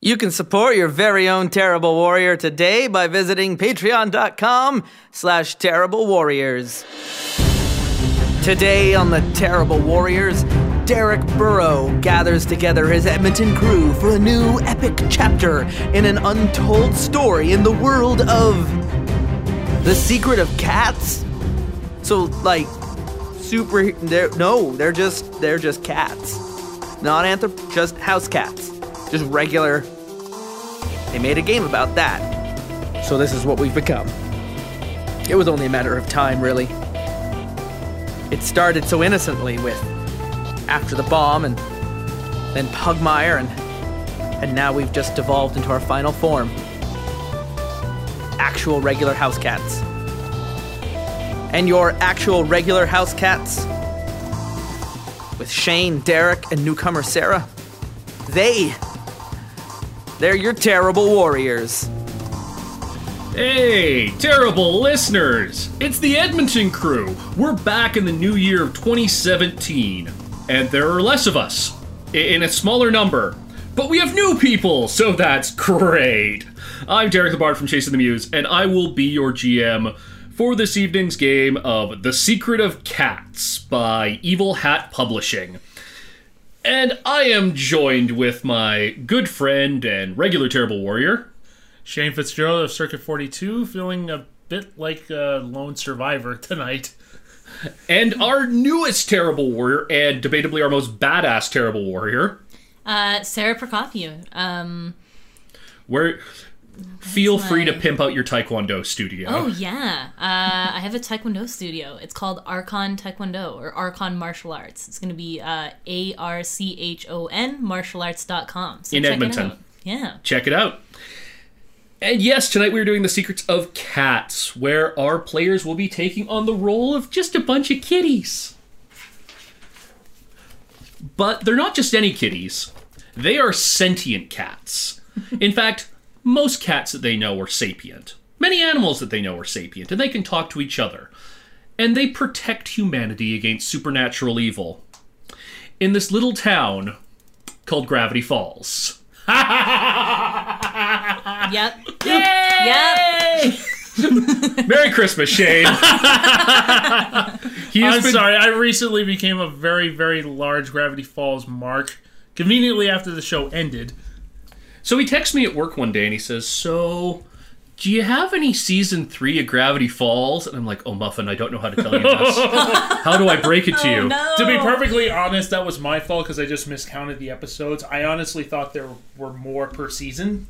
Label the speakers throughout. Speaker 1: You can support your very own Terrible Warrior today by visiting patreon.com slash terrible warriors. Today on the Terrible Warriors, Derek Burrow gathers together his Edmonton crew for a new epic chapter in an untold story in the world of the secret of cats. So like super they're, no, they're just they're just cats. Not anthrop just house cats. Just regular They made a game about that. So this is what we've become. It was only a matter of time, really. It started so innocently with after the bomb and then Pugmire and and now we've just devolved into our final form. Actual regular house cats. And your actual regular house cats with Shane, Derek, and newcomer Sarah. They they're your terrible warriors.
Speaker 2: Hey, terrible listeners! It's the Edmonton crew. We're back in the new year of 2017, and there are less of us i- in a smaller number. But we have new people, so that's great. I'm Derek the Bard from Chasing the Muse, and I will be your GM for this evening's game of The Secret of Cats by Evil Hat Publishing. And I am joined with my good friend and regular terrible warrior,
Speaker 3: Shane Fitzgerald of Circuit 42, feeling a bit like a lone survivor tonight.
Speaker 2: And our newest terrible warrior, and debatably our most badass terrible warrior,
Speaker 4: Uh, Sarah Prokofiev. Um,
Speaker 2: where feel
Speaker 4: That's
Speaker 2: free to
Speaker 4: my-
Speaker 2: pimp out your taekwondo studio.
Speaker 4: oh yeah, uh, I have a Taekwondo studio. It's called Archon Taekwondo or Archon Martial Arts. It's gonna be uh, A R C H O N martialarts.com. So
Speaker 2: In
Speaker 4: check
Speaker 2: Edmonton.
Speaker 4: It out. Yeah.
Speaker 2: Check it out. And yes, tonight we are doing the secrets of cats, where our players will be taking on the role of just a bunch of kitties. But they're not just any kitties, they are sentient cats. In fact, most cats that they know are sapient. Many animals that they know are sapient, and they can talk to each other. And they protect humanity against supernatural evil. In this little town called Gravity Falls.
Speaker 4: Yep. Yep.
Speaker 2: Merry Christmas, Shane. he has
Speaker 3: I'm
Speaker 2: been-
Speaker 3: sorry, I recently became a very, very large Gravity Falls mark, conveniently after the show ended.
Speaker 2: So he texts me at work one day and he says, "So, do you have any season three of Gravity Falls?" And I'm like, "Oh, Muffin, I don't know how to tell you this. how do I break it to you?"
Speaker 4: No.
Speaker 3: To be perfectly honest, that was my fault because I just miscounted the episodes. I honestly thought there were more per season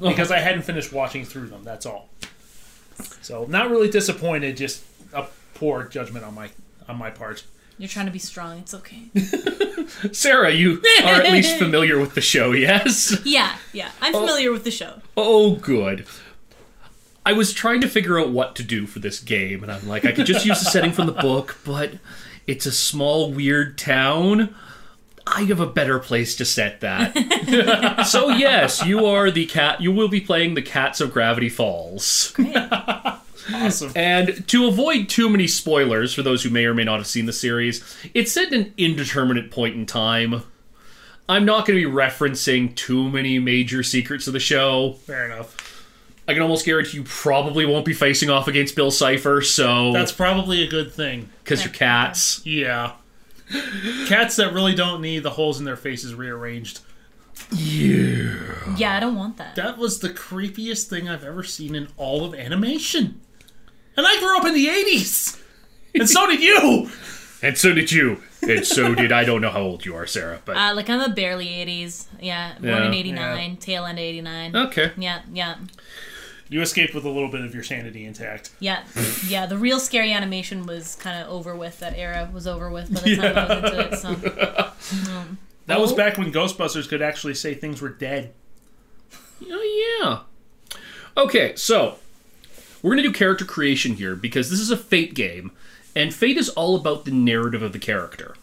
Speaker 3: because I hadn't finished watching through them, that's all. So, not really disappointed, just a poor judgment on my on my part.
Speaker 4: You're trying to be strong. It's okay.
Speaker 2: Sarah, you are at least familiar with the show, yes?
Speaker 4: Yeah. Yeah. I'm familiar with the show.
Speaker 2: Oh, good. I was trying to figure out what to do for this game, and I'm like, I could just use the setting from the book, but it's a small, weird town. I have a better place to set that. so yes, you are the cat. You will be playing the cats of Gravity Falls.
Speaker 3: Awesome.
Speaker 2: And to avoid too many spoilers for those who may or may not have seen the series, it's set in an indeterminate point in time. I'm not going to be referencing too many major secrets of the show.
Speaker 3: Fair enough.
Speaker 2: I can almost guarantee you probably won't be facing off against Bill Cipher, so
Speaker 3: That's probably a good thing.
Speaker 2: because you're cats.
Speaker 3: Yeah. Cats that really don't need the holes in their faces rearranged.
Speaker 4: Yeah. I don't want that.
Speaker 3: That was the creepiest thing I've ever seen in all of animation. And I grew up in the 80s! And so did you!
Speaker 2: And so did you. And so did I. Don't know how old you are, Sarah, but
Speaker 4: Uh, like I'm a barely 80s. Yeah. Born
Speaker 2: Yeah.
Speaker 4: in 89. Tail end 89.
Speaker 2: okay.
Speaker 4: Yeah. Yeah.
Speaker 3: You escaped with a little bit of your sanity intact.
Speaker 4: Yeah, yeah. The real scary animation was kind of over with. That era was over with by the time I was into it. So
Speaker 3: That was back when Ghostbusters could actually say things were dead.
Speaker 2: Oh yeah. Okay, so we're gonna do character creation here because this is a fate game, and fate is all about the narrative of the character.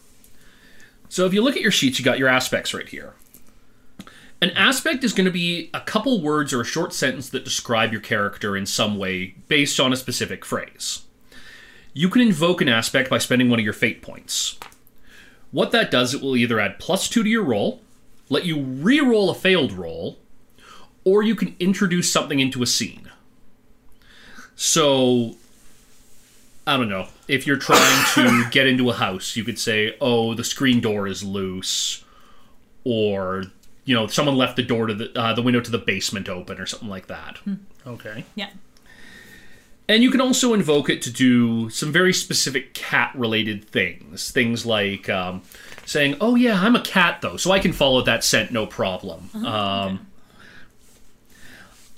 Speaker 2: So if you look at your sheets, you got your aspects right here. An aspect is going to be a couple words or a short sentence that describe your character in some way based on a specific phrase. You can invoke an aspect by spending one of your fate points. What that does, it will either add plus two to your roll, let you re-roll a failed roll, or you can introduce something into a scene. So, I don't know. If you're trying to get into a house, you could say, "Oh, the screen door is loose," or you know, someone left the door to the uh, the window to the basement open, or something like that.
Speaker 3: Okay.
Speaker 4: Yeah.
Speaker 2: And you can also invoke it to do some very specific cat related things. Things like um, saying, oh, yeah, I'm a cat, though, so I can follow that scent no problem. um,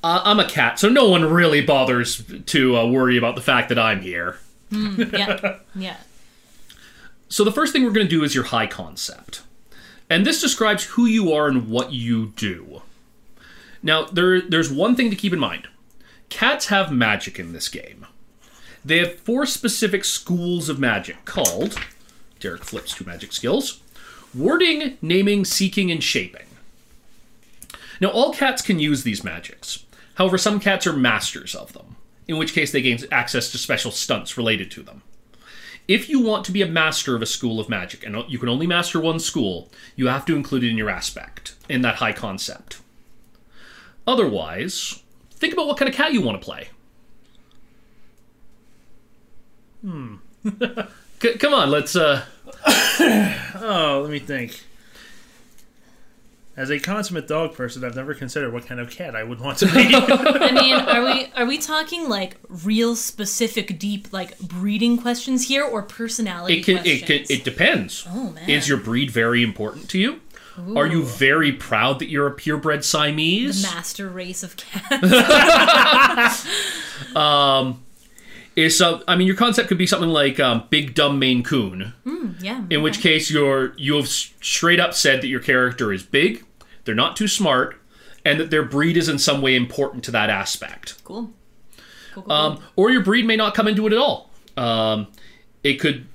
Speaker 2: uh, I'm a cat, so no one really bothers to uh, worry about the fact that I'm here.
Speaker 4: Yeah. Yeah.
Speaker 2: So the first thing we're going to do is your high concept. And this describes who you are and what you do. Now, there there's one thing to keep in mind. Cats have magic in this game. They have four specific schools of magic called Derek flips two magic skills. Wording, naming, seeking, and shaping. Now, all cats can use these magics. However, some cats are masters of them, in which case they gain access to special stunts related to them if you want to be a master of a school of magic, and you can only master one school, you have to include it in your aspect, in that high concept. Otherwise, think about what kind of cat you want to play. Hmm. C- come on, let's. Uh,
Speaker 3: Oh, let me think. As a consummate dog person, I've never considered what kind of cat I would want to be.
Speaker 4: I mean, are we are we talking like real specific, deep like breeding questions here, or personality
Speaker 2: it can, it
Speaker 4: questions?
Speaker 2: can. It depends.
Speaker 4: Oh, man.
Speaker 2: Is your breed very important to you? Are you very proud that you're a purebred Siamese?
Speaker 4: master race of cats.
Speaker 2: Is so? I mean, your concept could be something like um, big dumb Maine Coon.
Speaker 4: yeah.
Speaker 2: In which case, you're you have s- straight up said that your character is big, they're not too smart, and that their breed is in some way important to that aspect.
Speaker 4: cool. Cool, cool, cool.
Speaker 2: Um, or your breed may not come into it at all. Um, it could,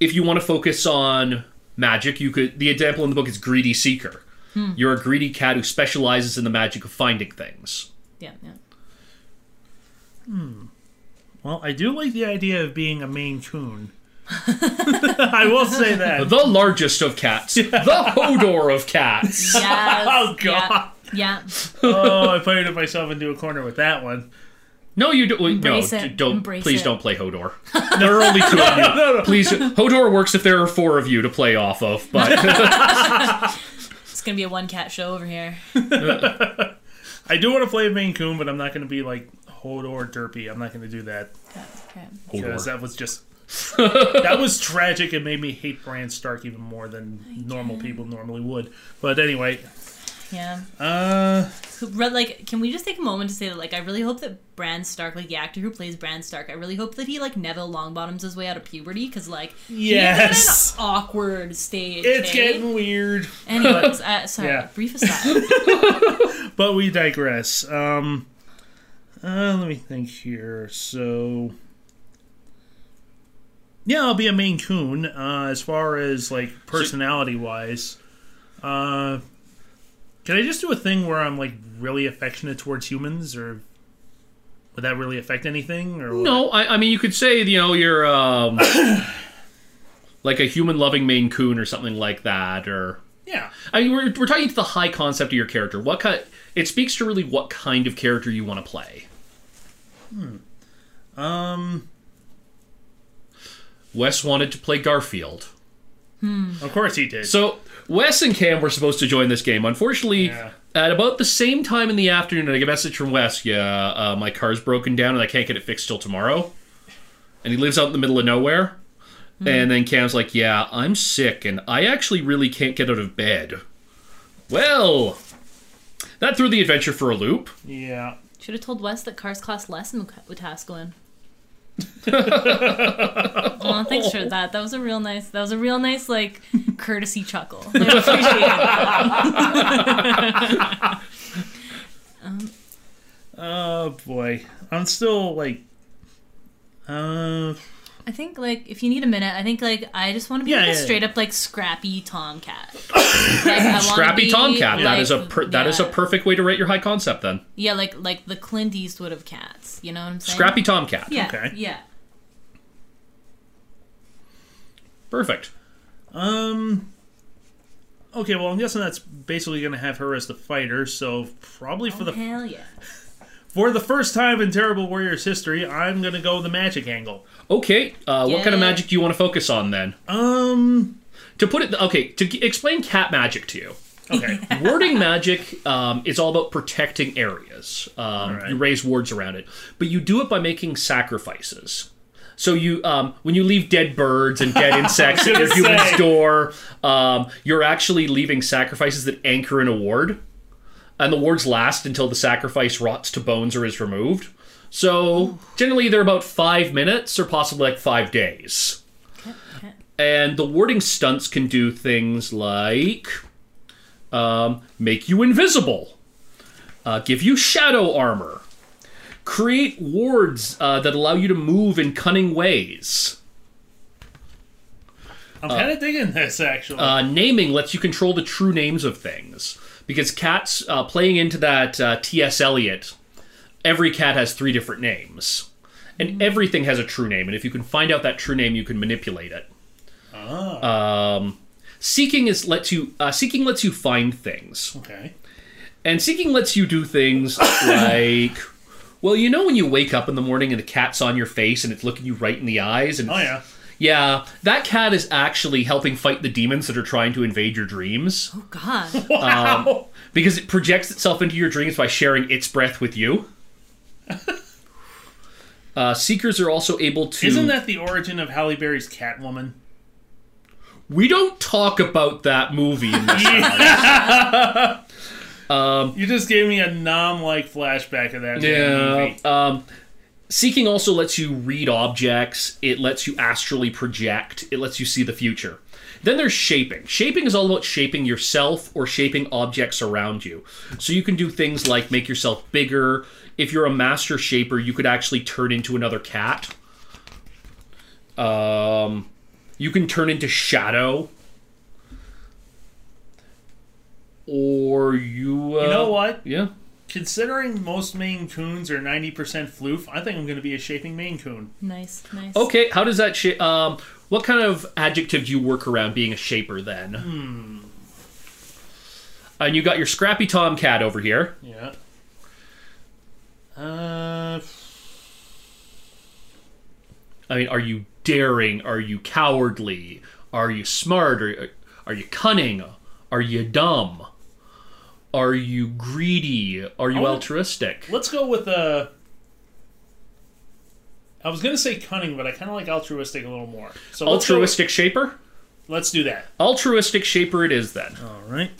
Speaker 2: if you want to focus on magic, you could. The example in the book is greedy seeker.
Speaker 4: Hmm.
Speaker 2: You're a greedy cat who specializes in the magic of finding things.
Speaker 4: yeah, yeah.
Speaker 3: well, I do like the idea of being a Maine Coon. I will say that.
Speaker 2: The largest of cats, the Hodor of cats.
Speaker 4: Yes,
Speaker 3: Oh,
Speaker 4: yeah,
Speaker 3: God.
Speaker 4: Yeah.
Speaker 3: Oh, I painted myself into a corner with that one.
Speaker 2: No, you don't. wait, No,
Speaker 4: Embrace it.
Speaker 2: d- don't.
Speaker 4: Embrace
Speaker 2: please
Speaker 4: it.
Speaker 2: don't play Hodor. There are only two of you. Please, Hodor works if there are four of you to play off of. But
Speaker 4: It's gonna be a one cat show over here.
Speaker 3: I do want to play a Maine Coon, but I'm not going to be like Hodor Derpy. I'm not going to do that
Speaker 4: That's crap.
Speaker 3: because
Speaker 2: Hodor.
Speaker 3: that was just that was tragic and made me hate Bran Stark even more than normal people normally would. But anyway,
Speaker 4: Yeah.
Speaker 3: uh,
Speaker 4: But like, can we just take a moment to say that like I really hope that Bran Stark, like the actor who plays Bran Stark, I really hope that he like Neville Longbottoms his way out of puberty because like he's in
Speaker 3: yes,
Speaker 4: an awkward stage.
Speaker 3: it's
Speaker 4: eh?
Speaker 3: getting weird.
Speaker 4: Anyways, uh, sorry.
Speaker 3: Yeah.
Speaker 4: Brief aside.
Speaker 3: But we digress. Um, uh, let me think here. So, yeah, I'll be a Maine Coon. Uh, as far as like personality wise, uh, can I just do a thing where I'm like really affectionate towards humans, or would that really affect anything? Or what?
Speaker 2: no, I, I mean you could say you know you're um, like a human-loving Maine Coon or something like that. Or
Speaker 3: yeah,
Speaker 2: I mean, we're we're talking to the high concept of your character. What kind? It speaks to really what kind of character you want to play.
Speaker 3: um,
Speaker 2: Wes wanted to play Garfield.
Speaker 3: of course he did.
Speaker 2: So Wes and Cam were supposed to join this game. Unfortunately,
Speaker 3: Yeah.
Speaker 2: at about the same time in the afternoon, I get a message from Wes. Yeah, uh, my car's broken down and I can't get it fixed till tomorrow. And he lives out in the middle of nowhere.
Speaker 4: Hmm.
Speaker 2: And then Cam's like, "Yeah, I'm sick and I actually really can't get out of bed." Well, that threw the adventure for a loop.
Speaker 3: yeah,
Speaker 4: Should have told Wes that cars cost less in Wetaskiwin. well, thanks for that. That was a real nice. That was a real nice like courtesy chuckle. I appreciate that.
Speaker 3: oh boy, I'm still like, uh,
Speaker 4: I think like if you need a minute, I think like I just want to be
Speaker 3: Yeah,
Speaker 4: like, a
Speaker 3: yeah, yeah.
Speaker 4: straight up like scrappy tomcat. Like, I wanna
Speaker 2: Scrappy
Speaker 4: be,
Speaker 2: Tomcat. that
Speaker 4: like,
Speaker 2: is a per- that is a
Speaker 4: yeah.
Speaker 2: perfect way to rate your high concept. Then
Speaker 4: yeah like like the Clint Eastwood of cats. You know what I'm saying?
Speaker 2: Scrappy Tomcat.
Speaker 4: Yeah.
Speaker 3: Okay.
Speaker 4: Yeah.
Speaker 2: Perfect.
Speaker 3: Um, Okay, well, I'm guessing that's basically going to have her as the fighter. So probably for the
Speaker 4: Hell yeah.
Speaker 3: for the first time in Terrible Warriors history, I'm going to go the magic angle.
Speaker 2: Okay, uh, what kind of
Speaker 4: Yeah.
Speaker 2: magic do you want to focus on then?
Speaker 3: Um,
Speaker 2: To put it, okay, to g- explain cat magic to you.
Speaker 3: okay,
Speaker 2: Wording magic um, is all about protecting areas. Um,
Speaker 3: right.
Speaker 2: You raise wards around it, but you do it by making sacrifices. So you, um, when you leave dead birds and dead insects at your
Speaker 3: gonna
Speaker 2: human's
Speaker 3: say.
Speaker 2: door, um, you're actually leaving sacrifices that anchor an award, and the wards last until the sacrifice rots to bones or is removed. So generally, they're about five minutes or possibly like five days. And the warding stunts can do things like um, make you invisible, uh, give you shadow armor, create wards uh, that allow you to move in cunning ways.
Speaker 3: I'm kind of digging this actually.
Speaker 2: Uh, naming lets you control the true names of things because cats uh, playing into that uh, T.S. Eliot. Every cat has three different names, and
Speaker 3: Mm-hmm.
Speaker 2: everything has a true name. And if you can find out that true name, you can manipulate it.
Speaker 3: Ah.
Speaker 2: Um, seeking is lets you uh, seeking lets you find things,
Speaker 3: okay,
Speaker 2: and seeking lets you do things like. Well, you know when you wake up in the morning and the cat's on your face and it's looking you right in the eyes and
Speaker 3: oh yeah,
Speaker 2: yeah, that cat is actually helping fight the demons that are trying to invade your dreams
Speaker 4: Oh god.
Speaker 3: wow,
Speaker 2: because it projects itself into your dreams by sharing its breath with you. uh, seekers are also able to.
Speaker 3: isn't that the origin of Halle Berry's Catwoman?
Speaker 2: We don't talk about that movie in this. Um,
Speaker 3: You just gave me a nom like flashback of that. damn
Speaker 2: yeah.
Speaker 3: movie.
Speaker 2: Um, seeking also lets you read objects. It lets you astrally project. It lets you see the future. Then there's shaping. Shaping is all about shaping yourself or shaping objects around you. So you can do things like make yourself bigger. If you're a master shaper, you could actually turn into another cat. Um, you can turn into shadow. Or you. Uh,
Speaker 3: You know what?
Speaker 2: Yeah.
Speaker 3: Considering most Maine Coons are 90% floof, I think I'm going to be a shaping Maine Coon.
Speaker 4: nice, nice.
Speaker 2: Okay, how does that shape? Um, what kind of adjective do you work around being a shaper then? Hmm. And you got your scrappy tomcat over here.
Speaker 3: Yeah. Uh,
Speaker 2: I mean, are you daring? Are you cowardly? Are you smart? Are, are you cunning? Are you dumb? Are you greedy? Are you
Speaker 3: would-
Speaker 2: altruistic?
Speaker 3: let's go with Uh, I was going to say cunning, but I kind of like altruistic a little more. So let's go-
Speaker 2: Altruistic shaper?
Speaker 3: Let's do that.
Speaker 2: Altruistic shaper it is then.
Speaker 3: All right.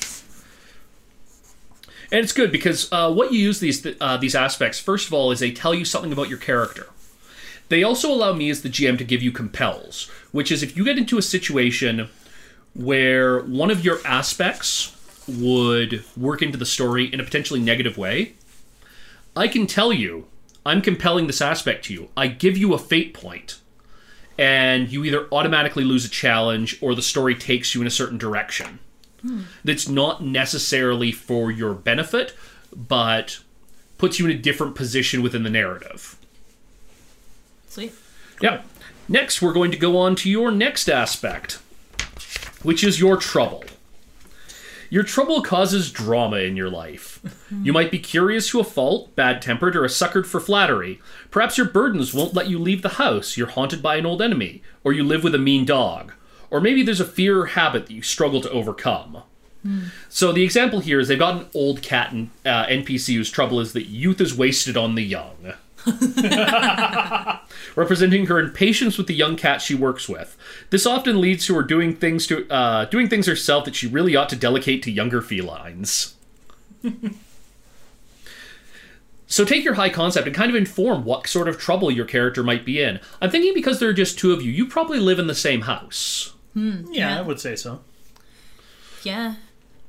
Speaker 2: And it's good because uh, what you use these uh, these aspects first of all is they tell you something about your character. They also allow me as the GM to give you compels, which is if you get into a situation where one of your aspects would work into the story in a potentially negative way, I can tell you I'm compelling this aspect to you. I give you a fate point, and you either automatically lose a challenge or the story takes you in a certain direction that's not necessarily for your benefit, but puts you in a different position within the narrative.
Speaker 4: Sweet.
Speaker 2: Yeah. Next, we're going to go on to your next aspect, which is your trouble. Your trouble causes drama in your life. You might be curious to a fault, bad tempered, or a suckered for flattery. Perhaps your burdens won't let you leave the house, you're haunted by an old enemy, or you live with a mean dog. Or maybe there's a fear or habit that you struggle to overcome. So the example here is they've got an old cat and uh, NPC whose trouble is that youth is wasted on the young representing her impatience with the young cat she works with. This often leads to her doing things to uh, doing things herself that she really ought to delegate to younger felines. so take your high concept and kind of inform what sort of trouble your character might be in. I'm thinking because there are just two of you, you probably live in the same house.
Speaker 3: Yeah, I would say so.
Speaker 4: Yeah.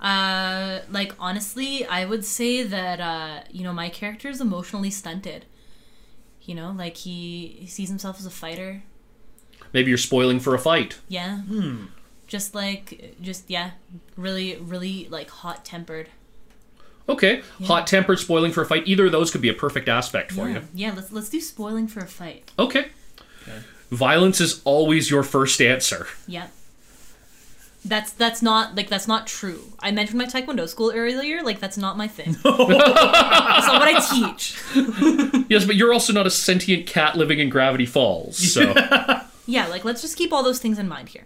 Speaker 4: Uh, like honestly, I would say that uh, you know my character is emotionally stunted. You know, like he, he sees himself as a fighter.
Speaker 2: Maybe you're spoiling for a fight.
Speaker 4: Yeah. Just like, just yeah, really, really like hot tempered.
Speaker 2: Okay, hot tempered, spoiling for a fight. Either of those could be a perfect aspect for
Speaker 4: Yeah.
Speaker 2: you.
Speaker 4: yeah. Let's let's do spoiling for a fight.
Speaker 2: Okay. Violence is always your first answer.
Speaker 4: Yep. That's that's not like that's not true. I mentioned my taekwondo school earlier. Like that's not my thing. that's not what I teach.
Speaker 2: Yes, but you're also not a sentient cat living in Gravity Falls. So,
Speaker 4: Yeah, like let's just keep all those things in mind here.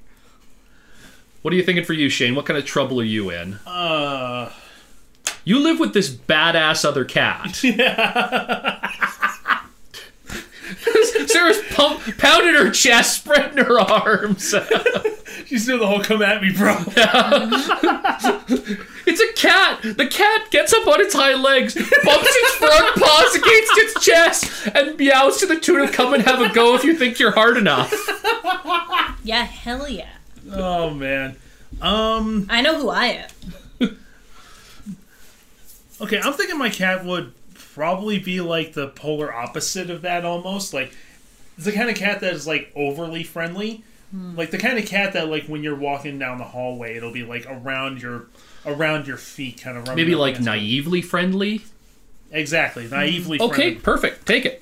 Speaker 2: what are you thinking for you, Shane? What kind of trouble are you in?
Speaker 3: Uh,
Speaker 2: You live with this badass other cat. Sarah's pump, pounded her chest, spreading her arms.
Speaker 3: she's doing the whole "come at me, bro."
Speaker 2: It's a cat. The cat gets up on its hind legs, bumps its front paws against its chest, and meows to the tune of "Come and have a go if you think you're hard enough."
Speaker 4: Yeah, hell yeah.
Speaker 3: oh man.
Speaker 4: I know who I am.
Speaker 3: Okay, I'm thinking my cat would probably be like the polar opposite of that almost. Like it's the kind of cat that is like overly friendly. Like the kind of cat that like when you're walking down the hallway, it'll be like around your around your feet kind of rubbing
Speaker 2: Maybe
Speaker 3: up
Speaker 2: like
Speaker 3: against-
Speaker 2: naively friendly.
Speaker 3: Exactly, naively
Speaker 2: Okay,
Speaker 3: friendly.
Speaker 2: perfect. Take it.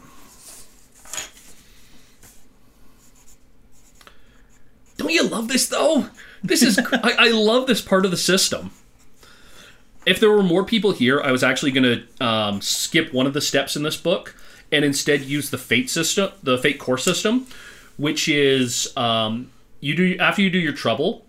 Speaker 2: Don't you love this though? This is gr- I, I love this part of the system. If there were more people here, I was actually going to um, skip one of the steps in this book and instead use the fate system, the fate core system, which is um, you do after you do your trouble,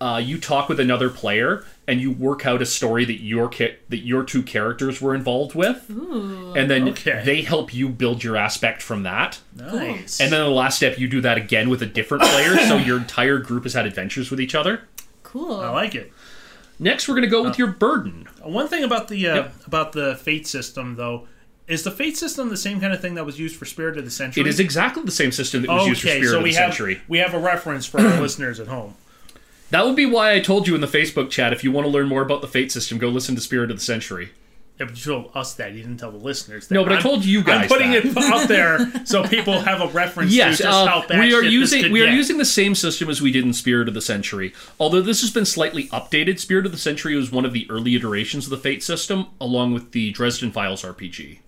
Speaker 2: uh, you talk with another player and you work out a story that your ca- that your two characters were involved with, and then
Speaker 3: Okay.
Speaker 2: they help you build your aspect from that.
Speaker 3: Nice.
Speaker 2: And then the last step, you do that again with a different player, so your entire group has had adventures with each other.
Speaker 4: Cool.
Speaker 3: I like it.
Speaker 2: Next, we're gonna go
Speaker 3: Oh.
Speaker 2: with your burden.
Speaker 3: One thing about the uh,
Speaker 2: Yep.
Speaker 3: about the fate system though, is the fate system the same kind of thing that was used for Spirit of the Century?
Speaker 2: It is exactly the same system that was
Speaker 3: okay,
Speaker 2: used for Spirit
Speaker 3: so
Speaker 2: of
Speaker 3: we
Speaker 2: the
Speaker 3: have
Speaker 2: Century.
Speaker 3: we have a reference for our listeners at home.
Speaker 2: That would be why I told you in the Facebook chat. If you want to learn more about the Fate system, go listen to Spirit of the Century.
Speaker 3: Yeah, but you told us that. You didn't tell the listeners that.
Speaker 2: No, but I told you
Speaker 3: I'm
Speaker 2: guys
Speaker 3: putting
Speaker 2: that.
Speaker 3: it out there so people have a reference
Speaker 2: Yes,
Speaker 3: to just
Speaker 2: uh,
Speaker 3: how bad
Speaker 2: we are
Speaker 3: shit this
Speaker 2: using
Speaker 3: could
Speaker 2: we are
Speaker 3: get.
Speaker 2: using the same system as we did in Spirit of the Century. Although this has been slightly updated, Spirit of the Century was one of the early iterations of the Fate system, along with the Dresden Files RPG.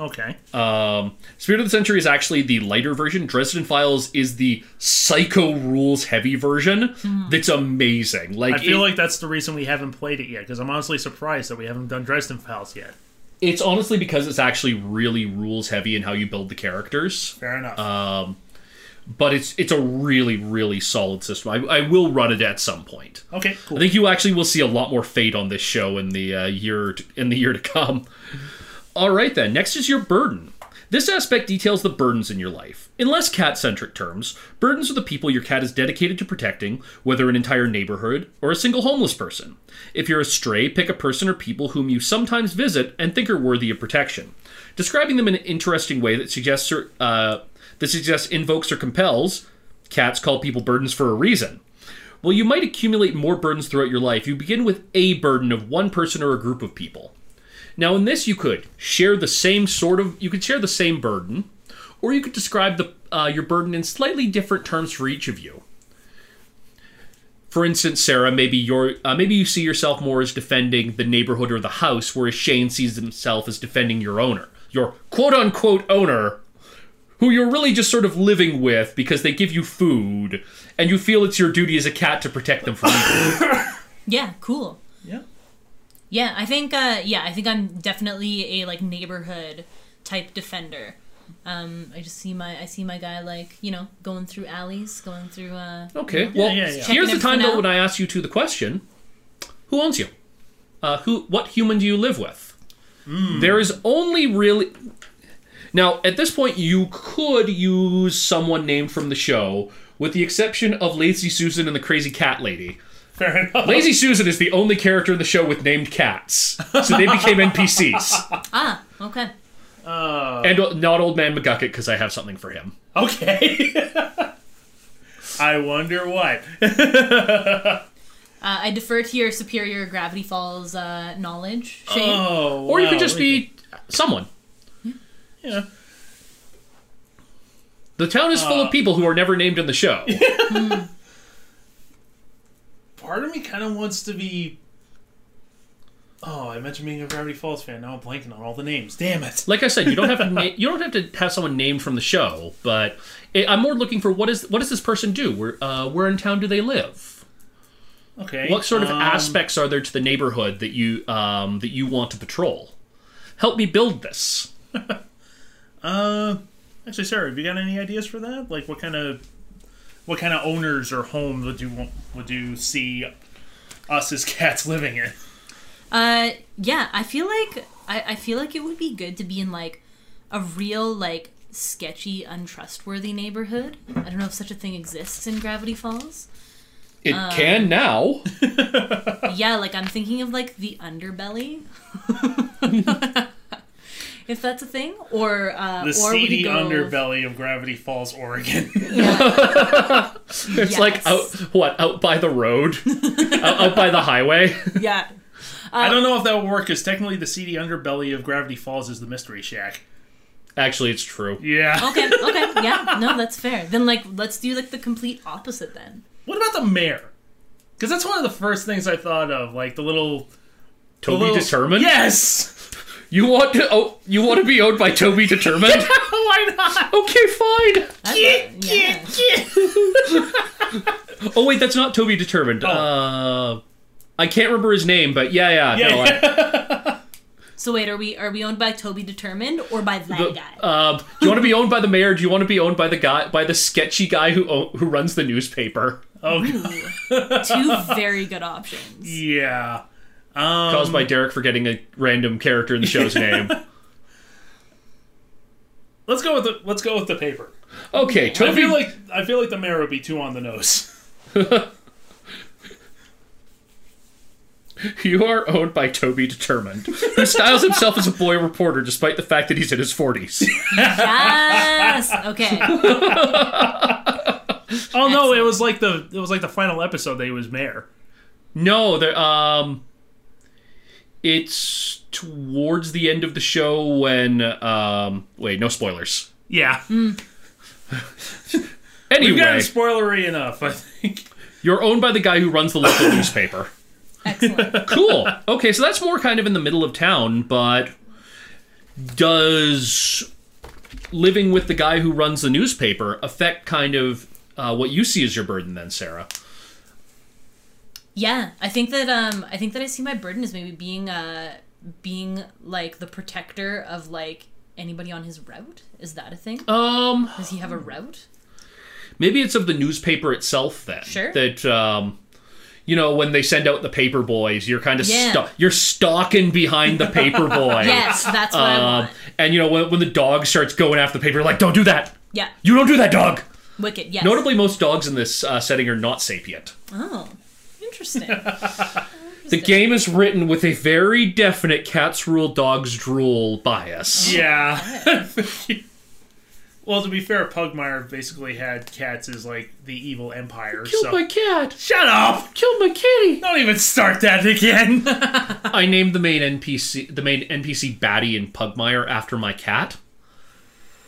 Speaker 3: Okay.
Speaker 2: Uh, Spirit of the Century is actually the lighter version. Dresden Files is the psycho rules heavy version. That's amazing. Like,
Speaker 3: Hmm. I feel
Speaker 2: it-
Speaker 3: like that's the reason we haven't played it yet because I'm honestly surprised that we haven't done Dresden Files yet.
Speaker 2: it's honestly because it's actually really rules heavy in how you build the characters.
Speaker 3: Fair enough.
Speaker 2: Uh, But it's it's a really really solid system. I, I will run it at some point.
Speaker 3: okay. Cool.
Speaker 2: I think you actually will see a lot more fate on this show in the uh, year t- in the year to come. All right then. Next is your burden. This aspect details the burdens in your life. In less cat centric terms, burdens are the people your cat is dedicated to protecting, whether an entire neighborhood or a single homeless person. If you're a stray, pick a person or people whom you sometimes visit and think are worthy of protection. Describing them in an interesting way that suggests, or- uh, that suggests invokes or compels, cats call people burdens for a reason. While you might accumulate more burdens throughout your life, you begin with a burden of one person or a group of people. Now, in this, you could share the same sort of you could share the same burden, or you could describe the uh, your burden in slightly different terms for each of you. For instance, Sarah, maybe your uh, maybe you see yourself more as defending the neighborhood or the house, whereas Shane sees himself as defending your owner, your quote unquote owner, who you're really just sort of living with because they give you food, and you feel it's your duty as a cat to protect them from evil.
Speaker 4: yeah, cool.
Speaker 3: yeah.
Speaker 4: Yeah, I think uh yeah, I think I'm definitely a like neighborhood type defender. Um I just see my I see my guy like, you know, going through alleys, going through uh
Speaker 2: Okay. Well,
Speaker 3: yeah, yeah.
Speaker 2: here's the time
Speaker 4: Checking everything
Speaker 2: though
Speaker 4: out.
Speaker 2: when I ask you to the question: Who owns you? Uh, who? What human do you live with?
Speaker 3: Hmm.
Speaker 2: There is only really. Now, at this point, you could use someone named from the show, with the exception of Lazy Susan and the Crazy Cat Lady.
Speaker 3: Fair enough.
Speaker 2: Lazy Susan is the only character in the show with named cats, so they became NPCs.
Speaker 4: Ah, okay.
Speaker 2: and uh, not Old Man McGucket, because I have something for him.
Speaker 3: Okay. I wonder what.
Speaker 4: Uh, I defer to your superior Gravity Falls uh, knowledge, Shane.
Speaker 3: Oh.
Speaker 2: Hmm? Or you
Speaker 3: wow,
Speaker 2: could just
Speaker 3: what do you
Speaker 2: be someone.
Speaker 3: think? Yeah.
Speaker 2: The town is
Speaker 3: Uh.
Speaker 2: full of people who are never named in the show.
Speaker 3: Part of me kind of wants to be Oh, I mentioned being a Gravity Falls fan. Now I'm blanking on all the names. Damn it.
Speaker 2: Like I said, you don't have to na- you don't have to have someone named from the show, but it, I'm more looking for what is what does this person do? Where uh, where in town do they live?
Speaker 3: Okay.
Speaker 2: What sort of
Speaker 3: um,
Speaker 2: aspects are there to the neighborhood that you um, that you want to patrol? Help me build this.
Speaker 3: Uh, actually, Sarah, have you got any ideas for that? Like, what kind of, what kind of owners or homes would you want, would you see us as cats living in?
Speaker 4: Uh, yeah, I feel like I, I feel like it would be good to be in like a real like sketchy, untrustworthy neighborhood. I don't know if such a thing exists in Gravity Falls.
Speaker 2: It
Speaker 3: Um,
Speaker 2: can now.
Speaker 4: yeah, like I'm thinking of like the underbelly. if that's a thing, or uh,
Speaker 3: The
Speaker 4: or we
Speaker 3: seedy
Speaker 4: could go,
Speaker 3: underbelly of Gravity Falls, Oregon.
Speaker 2: It's like
Speaker 4: Yes.
Speaker 2: out what out by the road, out, out by the highway.
Speaker 4: Yeah, Uh,
Speaker 3: I don't know if that would work because technically the seedy underbelly of Gravity Falls is the Mystery Shack.
Speaker 2: Actually, it's true.
Speaker 3: Yeah.
Speaker 4: okay, okay, yeah, no, that's fair. Then like let's do like the complete opposite then.
Speaker 3: What about the mayor? Because that's one of the first things I thought of, like the little, the
Speaker 2: Toby
Speaker 3: little-
Speaker 2: determined.
Speaker 3: Yes.
Speaker 2: You want to oh you want to be owned by Toby determined.
Speaker 3: Why not?
Speaker 2: okay, fine.
Speaker 4: That's
Speaker 3: Yeah,
Speaker 4: a-
Speaker 3: yeah, yeah.
Speaker 2: Oh wait, that's not Toby determined.
Speaker 3: Oh.
Speaker 2: Uh, I can't remember his name, but yeah, yeah,
Speaker 3: Yeah,
Speaker 2: no, I-
Speaker 4: So wait, are we are we owned by Toby Determined or by that
Speaker 2: the-
Speaker 4: guy?
Speaker 2: uh, do you want to be owned by the mayor? Do you want to be owned by the guy by the sketchy guy who o- who runs the newspaper
Speaker 3: Oh, God.
Speaker 4: Two very good options.
Speaker 3: yeah.
Speaker 2: caused
Speaker 3: Um,
Speaker 2: by Derek forgetting a random character in the show's name?
Speaker 3: Let's go with the let's go with the paper.
Speaker 2: Okay,
Speaker 3: I
Speaker 2: Toby.
Speaker 3: feel like I feel like the mayor would be too on the nose.
Speaker 2: You are owned by Toby Determined, who styles himself as a boy reporter despite the fact that he's in his 40s.
Speaker 4: Yes. Okay.
Speaker 3: Oh no, it was like the it was like the final episode that he was mayor.
Speaker 2: No, there um it's towards the end of the show when um wait, no spoilers.
Speaker 3: Yeah,
Speaker 2: Anyway,
Speaker 3: we've gotten spoilery enough. I think.
Speaker 2: you're owned by the guy who runs the local newspaper.
Speaker 4: Excellent.
Speaker 2: Cool. Okay, so that's more kind of in the middle of town, but does living with the guy who runs the newspaper affect kind of uh, what you see as your burden then, Sarah?
Speaker 4: Yeah, I think that um I think that I see my burden as maybe being uh being like the protector of like anybody on his route. Is that a thing?
Speaker 2: Um
Speaker 4: Does he have a route?
Speaker 2: Maybe it's of the newspaper itself then.
Speaker 4: Sure.
Speaker 2: That um you know, when they send out the paper boys, you're kind of
Speaker 4: Yeah.
Speaker 2: stu- you're stalking behind the paper boy.
Speaker 4: Yes, that's what I
Speaker 2: Um,
Speaker 4: want.
Speaker 2: and you know when, when the dog starts going after the paper, you're like don't do that.
Speaker 4: Yeah.
Speaker 2: You don't do that, dog.
Speaker 4: Wicked. Yes.
Speaker 2: Notably, most dogs in this uh, setting are not sapient.
Speaker 4: Oh, interesting.
Speaker 2: The game is written with a very definite cats rule, dogs drool bias.
Speaker 3: Yeah. well, to be fair, Pugmire basically had cats as like the evil empire.
Speaker 4: Oh.
Speaker 2: Kill
Speaker 3: so
Speaker 2: my cat.
Speaker 3: shut up!
Speaker 2: Kill my kitty.
Speaker 3: Don't even start that again.
Speaker 2: I named the main NPC, the main NPC Batty in Pugmire after my cat,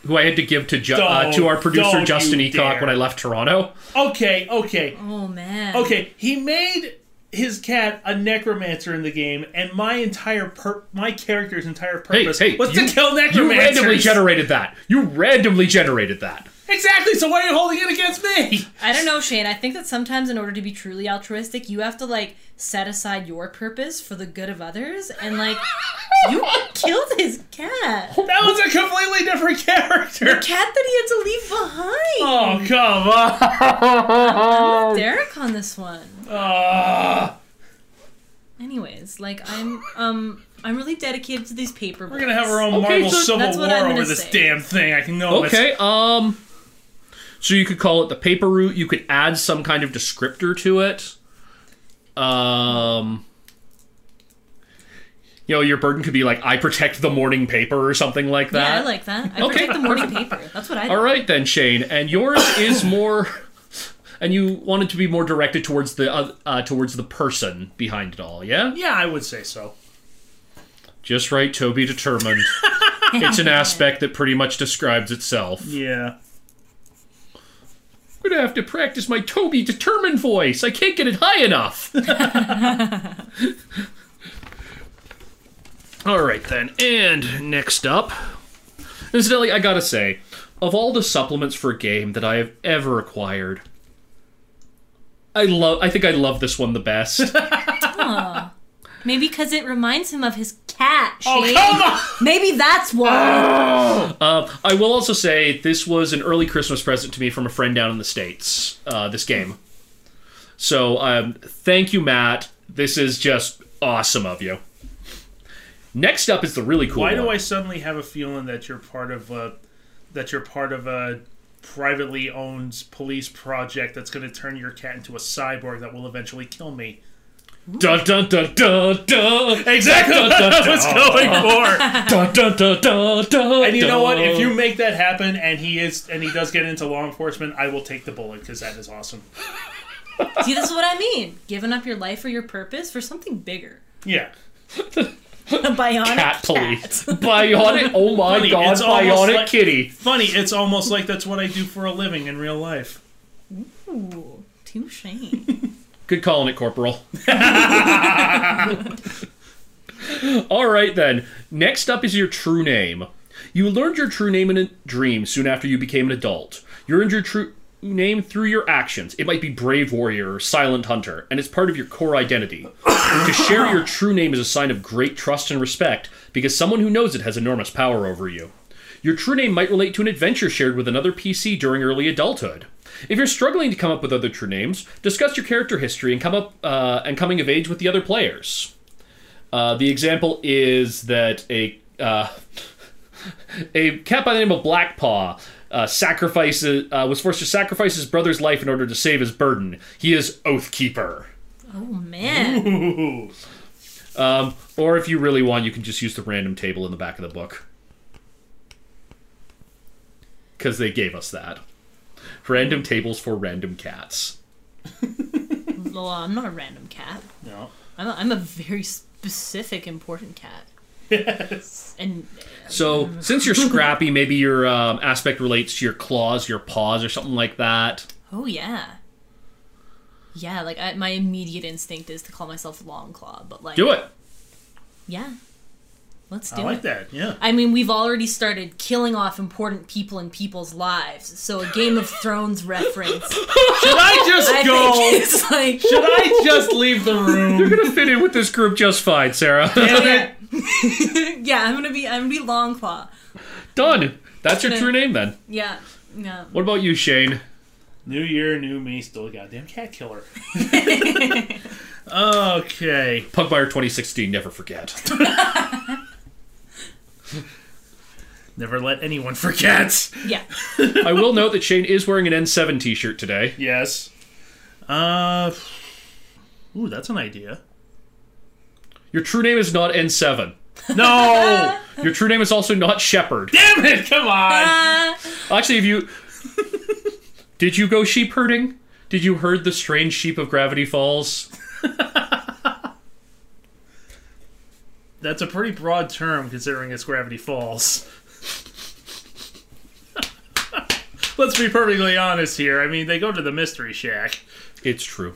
Speaker 2: who I had to give to ju- uh,
Speaker 3: Don't-
Speaker 2: to our producer
Speaker 3: don't
Speaker 2: Justin
Speaker 3: you
Speaker 2: Eacock
Speaker 3: dare.
Speaker 2: when I left Toronto.
Speaker 3: okay, okay,
Speaker 4: oh man.
Speaker 3: okay. He made his cat a necromancer in the game, and my entire per- my character's entire purpose
Speaker 2: hey,
Speaker 3: was
Speaker 2: you-
Speaker 3: to kill
Speaker 2: You
Speaker 3: necromancers.
Speaker 2: randomly generated that. You randomly generated that.
Speaker 3: Exactly. So why are you holding it against me?
Speaker 4: I don't know, Shane. I think that sometimes in order to be truly altruistic, you have to like set aside your purpose for the good of others, and like you killed his cat.
Speaker 3: That was a completely different character.
Speaker 4: Cat that he had to leave behind.
Speaker 3: Oh come on!
Speaker 4: Derek on this one.
Speaker 3: Uh,
Speaker 4: Anyways, like I'm um I'm really dedicated to these paper.
Speaker 3: we're gonna have our own
Speaker 2: Okay,
Speaker 3: Marvel
Speaker 2: so
Speaker 3: Civil
Speaker 4: that's what
Speaker 3: War
Speaker 4: I'm gonna
Speaker 3: over this
Speaker 4: say.
Speaker 3: damn thing. I can know. it's-
Speaker 2: Okay. Um. So you could call it the paper route. You could add some kind of descriptor to it. Um. You know, your burden could be like, I protect the morning paper or something like that.
Speaker 4: Yeah, I like that. I
Speaker 2: Okay,
Speaker 4: protect the morning paper. That's what I. do.
Speaker 2: All right then, Shane, and yours is more, and you wanted to be more directed towards the uh, uh, towards the person behind it all, yeah?
Speaker 3: Yeah, I would say so.
Speaker 2: Just right, Toby determined. it's an aspect that pretty much describes itself. I'm
Speaker 3: Yeah.
Speaker 2: gonna have to practice my Toby determined voice. I can't get it high enough. All right then. And next up, incidentally, I gotta say, of all the supplements for a game that I have ever acquired, I love. I think I love this one the best.
Speaker 4: Maybe because it reminds him of his cat. Shane.
Speaker 3: Oh, come on!
Speaker 4: Maybe that's why.
Speaker 2: Uh, I will also say this was an early Christmas present to me from a friend down in the states. Uh, this game. So um, thank you, Matt. This is just awesome of you. Next up is the really cool.
Speaker 3: Why
Speaker 2: one.
Speaker 3: do I suddenly have a feeling that you're part of a that you're part of a privately owned police project that's going to turn your cat into a cyborg that will eventually kill me?
Speaker 2: Dun dun dun dun dun. Exactly. Dun, dun, dun,
Speaker 3: What's going for?
Speaker 2: dun, dun, dun, dun, dun,
Speaker 3: And you know what? If you make that happen, and he is, and he does get into law enforcement, I will take the bullet because that is awesome. Ah.
Speaker 4: See, this is what I mean. Giving up your life or your purpose for something bigger.
Speaker 3: Yeah,
Speaker 4: A bionic
Speaker 2: cat police bionic, oh my
Speaker 3: Funny,
Speaker 2: god,
Speaker 3: it's almost
Speaker 2: bionic
Speaker 3: like-
Speaker 2: kitty.
Speaker 3: funny. It's almost like that's what I do for a living in real life.
Speaker 4: Ooh, touche.
Speaker 2: Good calling it, Corporal. All right, then. Next up is your true name. You learned your true name in a dream soon after you became an adult. You earned your true name through your actions. It might be Brave Warrior or Silent Hunter, and it's part of your core identity. to share your true name is a sign of great trust and respect because someone who knows it has enormous power over you. Your true name might relate to an adventure shared with another PC during early adulthood. If you're struggling to come up with other true names, discuss your character history and come up uh, and coming of age with the other players. Uh, the example is that a uh, a cat by the name of Blackpaw uh, sacrifices uh, was forced to sacrifice his brother's life in order to save his burden. He is Oathkeeper.
Speaker 4: Oh man.
Speaker 3: Ooh,
Speaker 2: Um, or if you really want, you can just use the random table in the back of the book. Because they gave us that. Random tables for random cats.
Speaker 4: Well, I'm not a random cat.
Speaker 3: no,
Speaker 4: I'm a, I'm a very specific, important cat. Yes. And
Speaker 2: So, since you're scrappy, maybe your um, aspect relates to your claws, your paws, or something like that.
Speaker 4: oh yeah. Yeah, like I, my immediate instinct is to call myself Long Claw, but like
Speaker 2: Do it.
Speaker 4: Yeah. Let's do
Speaker 3: I like
Speaker 4: it.
Speaker 3: that. Yeah,
Speaker 4: I mean, we've already started killing off important people in people's lives, so a Game of Thrones reference.
Speaker 3: should I just
Speaker 4: I
Speaker 3: go?
Speaker 4: think it's like
Speaker 3: Should I just leave the room?
Speaker 2: You're gonna fit in with this group just fine, Sarah.
Speaker 3: Damn it.
Speaker 4: yeah, I'm gonna be I'm gonna be Long Claw.
Speaker 2: Done. That's your true name then.
Speaker 4: Yeah, yeah.
Speaker 2: What about you, Shane?
Speaker 3: New year, new me, still a goddamn cat killer. okay.
Speaker 2: Pugmire 2016, never forget.
Speaker 3: Never let anyone forget.
Speaker 4: Yeah.
Speaker 2: I will note that Shane is wearing an N7 t shirt today.
Speaker 3: Yes. Uh. Ooh, that's an idea.
Speaker 2: Your true name is not N7.
Speaker 3: No!
Speaker 2: Your true name is also not Shepherd.
Speaker 3: Damn it! Come
Speaker 4: Uh,
Speaker 3: on!
Speaker 2: Actually, if you did you go sheep herding? Did you herd the strange sheep of Gravity Falls?
Speaker 3: That's a pretty broad term considering it's Gravity Falls. Let's be perfectly honest here. I mean, they go to the Mystery Shack.
Speaker 2: It's true.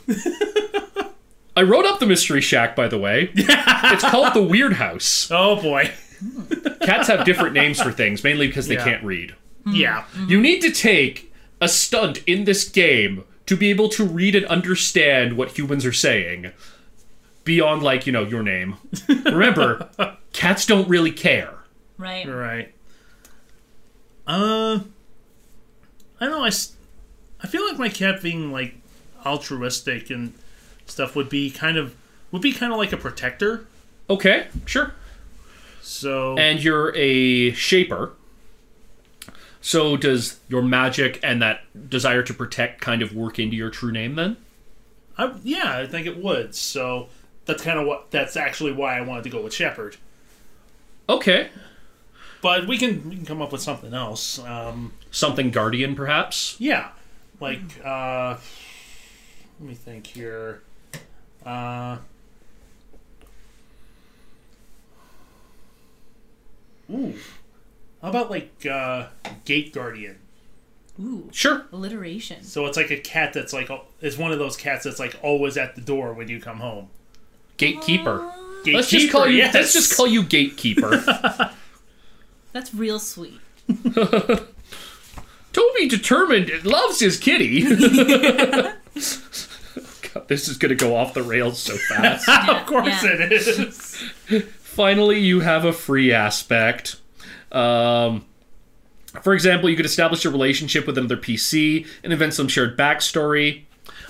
Speaker 2: I wrote up the mystery shack, by the way. It's called the Weird House.
Speaker 3: Oh boy.
Speaker 2: Cats have different names for things, mainly because they
Speaker 3: Yeah.
Speaker 2: can't read.
Speaker 3: Yeah.
Speaker 2: You need to take a stunt in this game to be able to read and understand what humans are saying beyond, like, you know, your name. Remember, cats don't really care.
Speaker 4: right.
Speaker 3: Right. Uh, I know. I, s- I feel like my cat being like altruistic and stuff would be kind of would be kind of like a protector.
Speaker 2: Okay, sure.
Speaker 3: So
Speaker 2: and you're a shaper. So does your magic and that desire to protect kind of work into your true name then?
Speaker 3: I, yeah, I think it would. So that's kind of what that's actually why I wanted to go with Shepherd.
Speaker 2: Okay.
Speaker 3: But we can we can come up with something else. Um,
Speaker 2: Something guardian perhaps?
Speaker 3: yeah, like uh, let me think here. Uh, ooh, how about like uh, Gate Guardian?
Speaker 4: Ooh,
Speaker 2: Sure.
Speaker 4: alliteration.
Speaker 3: So it's like a cat that's like al- it's one of those cats that's like always at the door when you come home.
Speaker 2: Gatekeeper.
Speaker 4: Uh,
Speaker 2: Let's just call
Speaker 3: Gatekeeper,
Speaker 2: you.
Speaker 3: yes.
Speaker 2: Let's just call you gatekeeper.
Speaker 4: That's real sweet.
Speaker 2: Toby determined it loves his kitty. God, this is gonna go off the rails so fast.
Speaker 4: of
Speaker 3: course it is.
Speaker 2: Finally, you have a free aspect. Um, for example, you could establish a relationship with another PC and invent some shared backstory.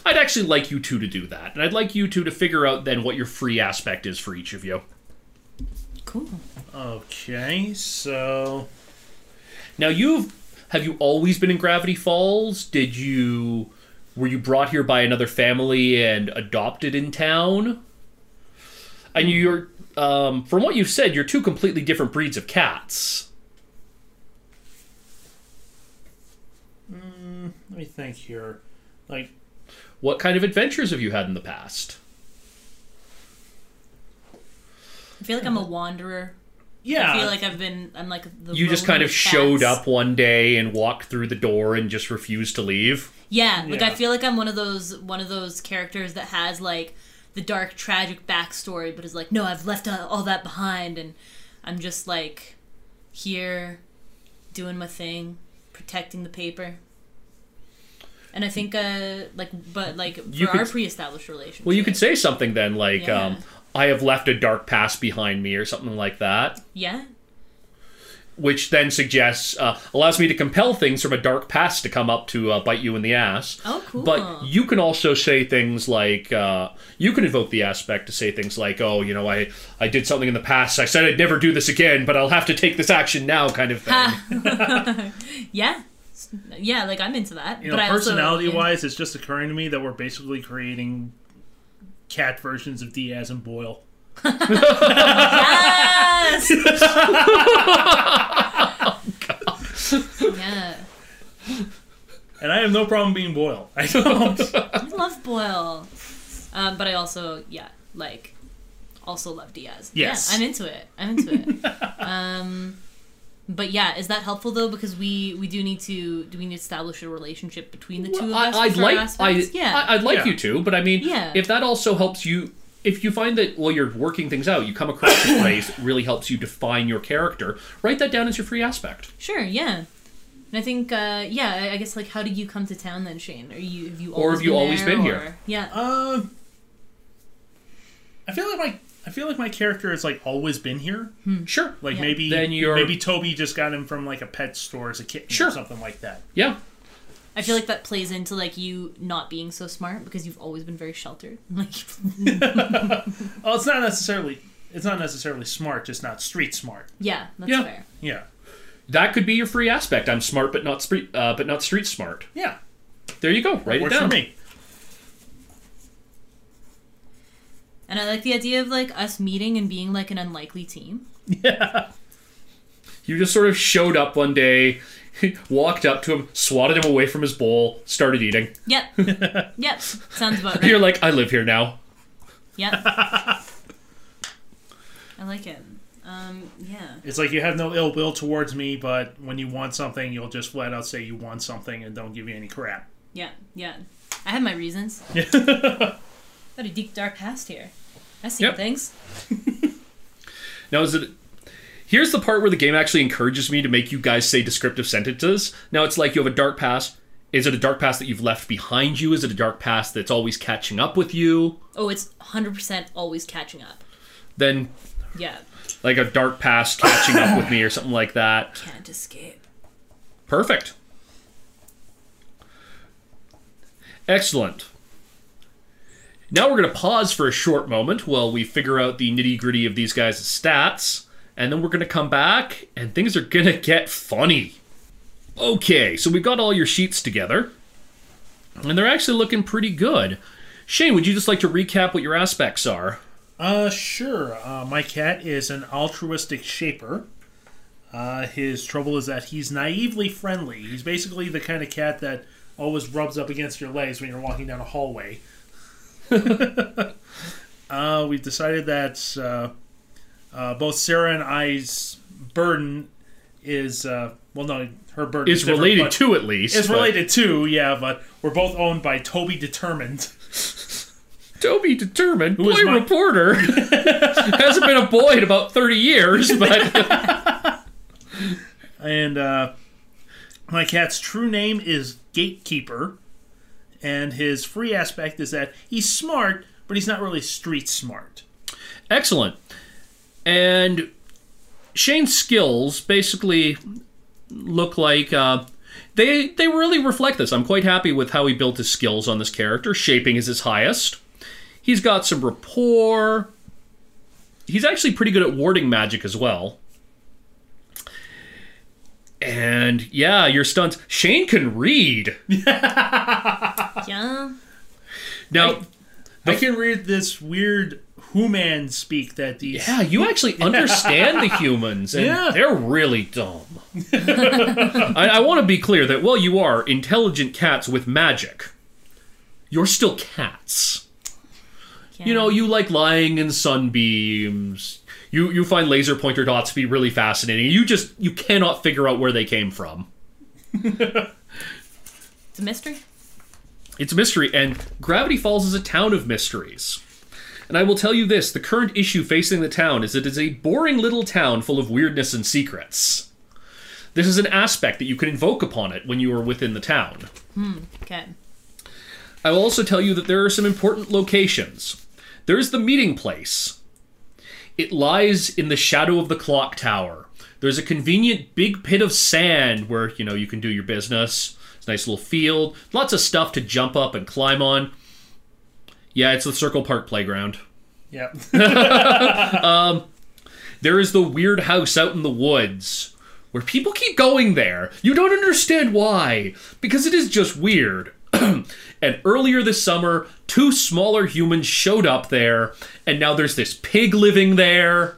Speaker 2: I'd actually like you two to do that, and I'd like you two to figure out then what your free aspect is for each of you.
Speaker 4: Cool.
Speaker 3: Okay, so
Speaker 2: Now you've have you always been in Gravity Falls? Did you were you brought here by another family and adopted in town? And you're um, from what you've said, you're two completely different breeds of cats.
Speaker 3: let me think here. Like,
Speaker 2: What kind of adventures have you had in the past?
Speaker 4: I feel like I'm a wanderer.
Speaker 3: yeah,
Speaker 4: I feel like I've been. I'm like the.
Speaker 2: You just
Speaker 4: roaming
Speaker 2: kind of
Speaker 4: cat.
Speaker 2: showed up one day and walked through the door and just refused to leave.
Speaker 4: Yeah, like I
Speaker 3: Yeah.
Speaker 4: feel like I'm one of those one of those characters that has like the dark tragic backstory, but is like, no, I've left uh, all that behind, and I'm just like here doing my thing, protecting the paper. And I think, uh, like, but like for
Speaker 2: You could-
Speaker 4: our pre-established relationship,
Speaker 2: Well, you could say something then, like,
Speaker 4: Yeah.
Speaker 2: um, "I have left a dark past behind me," or something like that.
Speaker 4: yeah,
Speaker 2: which then suggests uh, allows me to compel things from a dark past to come up to uh, bite you in the ass.
Speaker 4: Oh, cool.
Speaker 2: But you can also say things like uh, you can invoke the aspect to say things like, "Oh, you know, I I did something in the past. I said I'd never do this again, but I'll have to take this action now," kind of thing.
Speaker 4: yeah, yeah, like I'm into that.
Speaker 3: you
Speaker 4: but
Speaker 3: know,
Speaker 4: I also-
Speaker 3: personality wise, it's just occurring to me that we're basically creating cat versions of Diaz and Boyle.
Speaker 4: Yes!
Speaker 2: Oh,
Speaker 4: yeah.
Speaker 3: And I have no problem being Boyle. I don't.
Speaker 4: I love Boyle. Um, but I also, yeah, like, also love Diaz.
Speaker 3: Yes.
Speaker 4: Yeah, I'm into it. I'm into it. um, but yeah, is that helpful though? Because we we do need to do we need to establish a relationship between the two of
Speaker 2: I,
Speaker 4: us?
Speaker 2: I'd
Speaker 4: for our
Speaker 2: like, I,
Speaker 4: aspects? yeah.
Speaker 2: I, would like
Speaker 3: Yeah.
Speaker 2: you to, but I mean,
Speaker 4: Yeah.
Speaker 2: if that also helps you, if you find that while you're working things out, you come across a phrase that really helps you define your character. Write that down as your free aspect.
Speaker 4: sure. Yeah. And I think, uh, yeah, I- I guess like, how did you come to town then, Shane? Are you have you
Speaker 2: Or
Speaker 4: always
Speaker 2: have you
Speaker 4: been
Speaker 2: always
Speaker 4: there,
Speaker 2: been
Speaker 4: or-
Speaker 2: here?
Speaker 4: Yeah.
Speaker 3: Um, I feel like my I feel like my character has like always been here.
Speaker 4: Mm.
Speaker 2: Sure.
Speaker 3: Like
Speaker 4: Hmm. Yeah.
Speaker 3: maybe
Speaker 2: Then you're-
Speaker 3: maybe Toby just got him from like a pet store as a kitten
Speaker 2: Sure.
Speaker 3: or something like that.
Speaker 2: yeah.
Speaker 4: I feel like that plays into like you not being so smart because you've always been very sheltered. Like
Speaker 3: Oh, it's not necessarily it's not necessarily smart, just not street smart.
Speaker 4: yeah, that's
Speaker 2: Yeah.
Speaker 4: fair.
Speaker 3: Yeah,
Speaker 2: That could be your free aspect. I'm smart, but not street, uh, but not street smart.
Speaker 3: yeah,
Speaker 2: There you go. Write
Speaker 3: works
Speaker 2: it down.
Speaker 3: for me.
Speaker 4: And I like the idea of like us meeting and being like an unlikely team.
Speaker 2: You just sort of showed up one day, walked up to him, swatted him away from his bowl, started eating.
Speaker 4: Yep. yep. Sounds about
Speaker 2: You're
Speaker 4: right.
Speaker 2: like, I live here now.
Speaker 4: Yep. I like it. Um, yeah.
Speaker 3: It's like you have no ill will towards me, but when you want something, you'll just flat out say you want something and don't give you any crap.
Speaker 4: Yeah. Yeah. I have my reasons. Got a deep dark past here. I see
Speaker 2: Yep.
Speaker 4: things.
Speaker 2: Now is it? Here's the part where the game actually encourages me to make you guys say descriptive sentences. Now it's like you have a dark past. Is it a dark past that you've left behind you? Is it a dark past that's always catching up with you?
Speaker 4: Oh, it's 100% always catching up.
Speaker 2: Then
Speaker 4: Yeah.
Speaker 2: like a dark past catching up with me or something like that.
Speaker 4: Can't escape.
Speaker 2: Perfect. Excellent. Now we're going to pause for a short moment while we figure out the nitty gritty of these guys' stats, and then we're going to come back and things are going to get funny. Okay, so we've got all your sheets together, and they're actually looking pretty good. Shane, would you just like to recap what your aspects are?
Speaker 3: Uh, sure. Uh, my cat is an altruistic shaper. Uh, his trouble is that he's naively friendly. He's basically the kind of cat that always rubs up against your legs when you're walking down a hallway. uh, we've decided that uh, uh, both Sarah and I's burden is uh, well, no, her burden
Speaker 2: It's
Speaker 3: different,
Speaker 2: related
Speaker 3: but-
Speaker 2: to at least.
Speaker 3: It's
Speaker 2: but
Speaker 3: related to yeah, but we're both owned by Toby Determined.
Speaker 2: Toby Determined, boy
Speaker 3: is my-
Speaker 2: reporter, hasn't been a boy in about 30 years, but
Speaker 3: And uh, my cat's true name is Gatekeeper, and his free aspect is that he's smart, but he's not really street smart.
Speaker 2: excellent. And Shane's skills basically look like uh, they they really reflect this. I'm quite happy with how he built his skills on this character. Shaping is his highest. He's got some rapport. He's actually pretty good at warding magic as well. And yeah, your stunts. Shane can read.
Speaker 4: Yeah.
Speaker 2: Now,
Speaker 3: I can read this weird human speak that these.
Speaker 2: yeah, you actually understand the humans, and
Speaker 3: Yeah.
Speaker 2: they're really dumb. I, I want to be clear that while you are intelligent cats with magic, you're still cats.
Speaker 4: yeah.
Speaker 2: You know, you like lying in sunbeams. You you find laser pointer dots to be really fascinating. You just you cannot figure out where they came from.
Speaker 4: It's a mystery.
Speaker 2: It's a mystery, and Gravity Falls is a town of mysteries. And I will tell you this the current issue facing the town is it is a boring little town full of weirdness and secrets. This is an aspect that you can invoke upon it when you are within the town.
Speaker 4: Okay.
Speaker 2: I will also tell you that there are some important locations. There is the meeting place. It lies in the shadow of the clock tower. There's a convenient big pit of sand where, you know, you can do your business. It's a nice little field. Lots of stuff to jump up and climb on. Yeah, it's the Circle Park playground.
Speaker 3: Yep.
Speaker 2: There is the weird house out in the woods where people keep going there. You don't understand why, because it is just weird. and earlier this summer, two smaller humans showed up there, and now there's this pig living there,